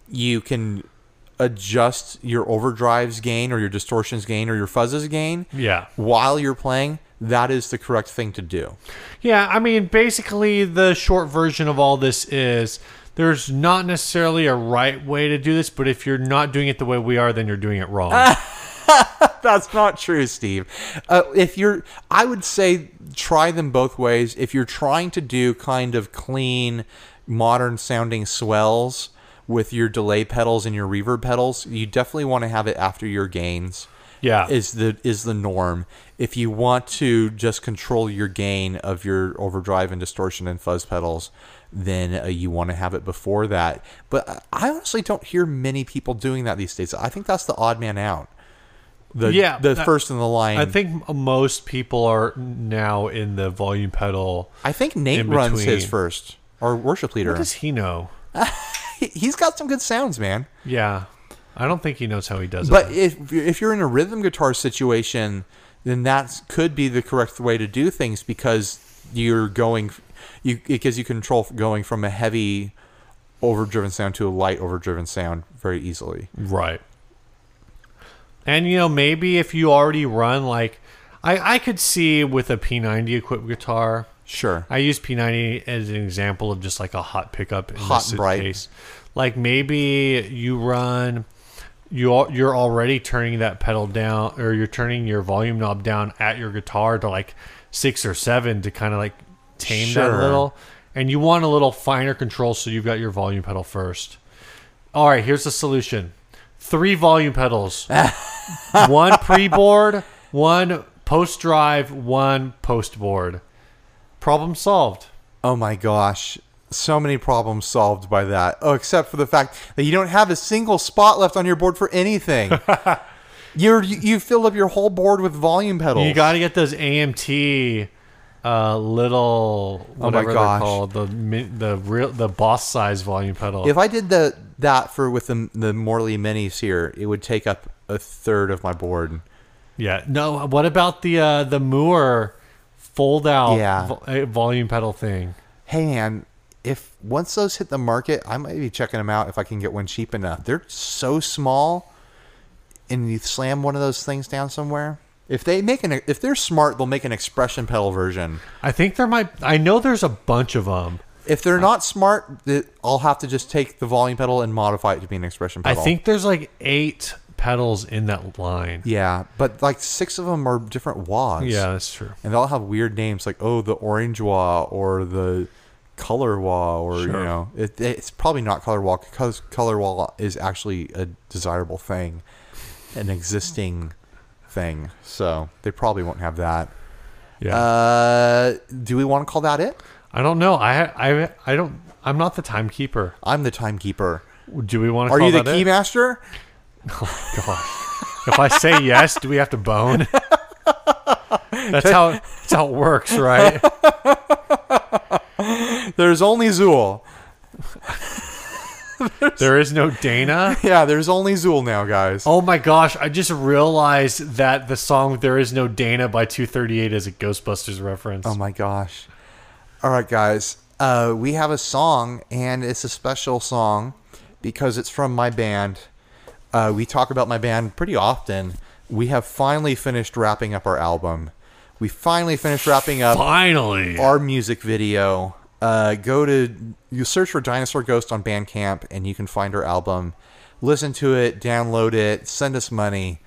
[SPEAKER 1] you can adjust your overdrives gain or your distortions gain or your fuzzes gain
[SPEAKER 2] Yeah.
[SPEAKER 1] while you're playing, that is the correct thing to do.
[SPEAKER 2] Yeah, I mean, basically, the short version of all this is there's not necessarily a right way to do this, but if you're not doing it the way we are, then you're doing it
[SPEAKER 1] (laughs)
[SPEAKER 2] wrong.
[SPEAKER 1] That's not true, Steve. Uh, if you're, I would say try them both ways. If you're trying to do kind of clean, modern sounding swells with your delay pedals and your reverb pedals, you definitely want to have it after your gains.
[SPEAKER 2] Yeah.
[SPEAKER 1] is the is the norm. If you want to just control your gain of your overdrive and distortion and fuzz pedals, then uh, you want to have it before that. But uh, I honestly don't hear many people doing that these days. I think that's the odd man out. The
[SPEAKER 2] Yeah,
[SPEAKER 1] the
[SPEAKER 2] that-
[SPEAKER 1] first in the line.
[SPEAKER 2] I think m- most people are now in the volume pedal.
[SPEAKER 1] I think Nate
[SPEAKER 2] in
[SPEAKER 1] runs
[SPEAKER 2] between.
[SPEAKER 1] his first or worship leader.
[SPEAKER 2] What does he know?
[SPEAKER 1] He- He's got some good sounds, man.
[SPEAKER 2] Yeah. I don't think he knows how he does
[SPEAKER 1] But
[SPEAKER 2] it.
[SPEAKER 1] if if you're in a rhythm guitar situation, then that could be the correct way to do things because you're going, you it gives you control f- going from a heavy, overdriven sound to a light overdriven sound very easily.
[SPEAKER 2] Right. And you know, maybe if you already run like I, I could see with a P90 equipped guitar.
[SPEAKER 1] Sure.
[SPEAKER 2] I use P90 as an example of just like a hot pickup in
[SPEAKER 1] Hot
[SPEAKER 2] this
[SPEAKER 1] and bright.
[SPEAKER 2] case. Like maybe you run you al- you're already turning that pedal down or you're turning your volume knob down at your guitar to like 6 or 7 to kind of like tame that
[SPEAKER 1] Sure.
[SPEAKER 2] little and you want a little finer control so you've got your volume pedal first. All right, here's the solution. Three volume pedals. one pre-board, one post drive, one post board. Problem solved.
[SPEAKER 1] Oh my gosh. So many problems solved by that. Oh, except for the fact that you don't have a single spot left on your board for anything. You're you, you filled up your whole board with volume pedals.
[SPEAKER 2] You got to get those AMT uh, little
[SPEAKER 1] Oh my
[SPEAKER 2] whatever
[SPEAKER 1] gosh.
[SPEAKER 2] they're called the min- the real the boss size volume pedal.
[SPEAKER 1] If I did the that for with the the Morley minis here, it would take up a third of my board.
[SPEAKER 2] yeah. No. What about the uh, the Moore fold out
[SPEAKER 1] Yeah.
[SPEAKER 2] vo- uh, volume pedal thing?
[SPEAKER 1] Hey man, if once those hit the market, I might be checking them out if I can get one cheap enough. They're so small, and you slam one of those things down somewhere. If they make an if they're smart, they'll make an expression pedal version.
[SPEAKER 2] I think there might. I know there's a bunch of them.
[SPEAKER 1] If they're not smart, th- I'll have to just take the volume pedal and modify it to be an expression
[SPEAKER 2] I
[SPEAKER 1] pedal.
[SPEAKER 2] think there's like eight pedals in that line.
[SPEAKER 1] Yeah, but like six of them are different WADs.
[SPEAKER 2] Yeah, that's true.
[SPEAKER 1] and they'll have weird names like oh the orange wah or the color wah or you
[SPEAKER 2] Sure.
[SPEAKER 1] know it, it's probably not color wah because color wah is actually a desirable thing an existing thing so they probably won't have that
[SPEAKER 2] Yeah.
[SPEAKER 1] uh do we want to call that it
[SPEAKER 2] I don't know. I I I don't. I'm not the timekeeper.
[SPEAKER 1] i'm the timekeeper
[SPEAKER 2] Do we want to?
[SPEAKER 1] are
[SPEAKER 2] call
[SPEAKER 1] you the
[SPEAKER 2] that it?
[SPEAKER 1] keymaster
[SPEAKER 2] Gosh. If I say yes, do we have to bone? That's how that's how it works,
[SPEAKER 1] (laughs)
[SPEAKER 2] right?
[SPEAKER 1] there's only zool
[SPEAKER 2] There is no Dana.
[SPEAKER 1] yeah there's only zool now guys
[SPEAKER 2] Oh my gosh, I just realized that the song There Is No Dana by 238 is a Ghostbusters reference.
[SPEAKER 1] Oh my gosh. All right, guys. Uh, we have a song, and it's a special song because it's from my band. Uh, we talk about my band pretty often. We have finally finished wrapping up our album. We finally finished wrapping up
[SPEAKER 2] Finally.
[SPEAKER 1] our music video. Uh, go to you search for Dinosaur Ghost on Bandcamp, and you can find our album. Listen to it, download it, send us money.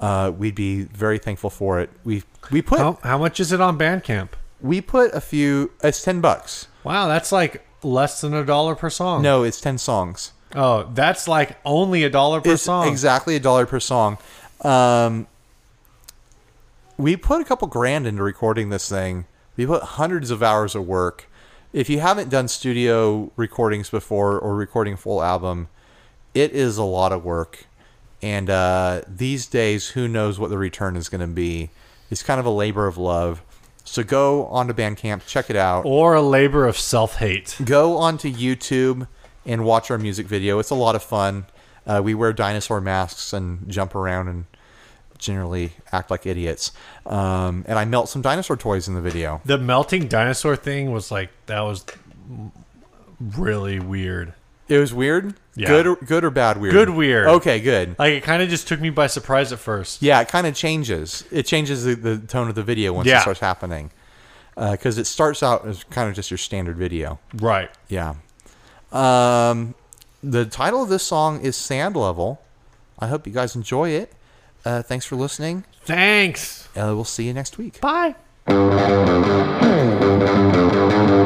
[SPEAKER 1] Uh, we'd be very thankful for it. We we put
[SPEAKER 2] How, how much is it on Bandcamp?
[SPEAKER 1] we put a few. It's ten bucks.
[SPEAKER 2] Wow, that's like less than a dollar per song.
[SPEAKER 1] No, it's ten songs.
[SPEAKER 2] Oh, that's like only a dollar per
[SPEAKER 1] it's
[SPEAKER 2] song.
[SPEAKER 1] exactly a dollar per song. Um, we put a couple grand into recording this thing. We put hundreds of hours of work. If you haven't done studio recordings before or recording a full album, it is a lot of work. And uh, these days, who knows what the return is going to be? It's kind of a labor of love. So go onto Bandcamp, check it out.
[SPEAKER 2] Or a labor of self hate.
[SPEAKER 1] go onto YouTube and watch our music video. It's a lot of fun. Uh, we wear dinosaur masks and jump around and generally act like idiots. Um, and I melt some dinosaur toys in the video.
[SPEAKER 2] The melting dinosaur thing was like, that was really weird.
[SPEAKER 1] It was weird.
[SPEAKER 2] Yeah.
[SPEAKER 1] Good, or, good or bad weird.
[SPEAKER 2] Good weird.
[SPEAKER 1] Okay, good.
[SPEAKER 2] Like it kind of just took me by surprise at first.
[SPEAKER 1] Yeah, it kind of changes. It changes the, the tone of the video once
[SPEAKER 2] Yeah.
[SPEAKER 1] it starts happening, because it starts out as kind of just your standard video.
[SPEAKER 2] Right.
[SPEAKER 1] Yeah. Um, the title of this song is Sand Level. I hope you guys enjoy it. Uh, thanks for listening.
[SPEAKER 2] Thanks.
[SPEAKER 1] Uh, we'll see you next week.
[SPEAKER 2] Bye.
[SPEAKER 3] Thank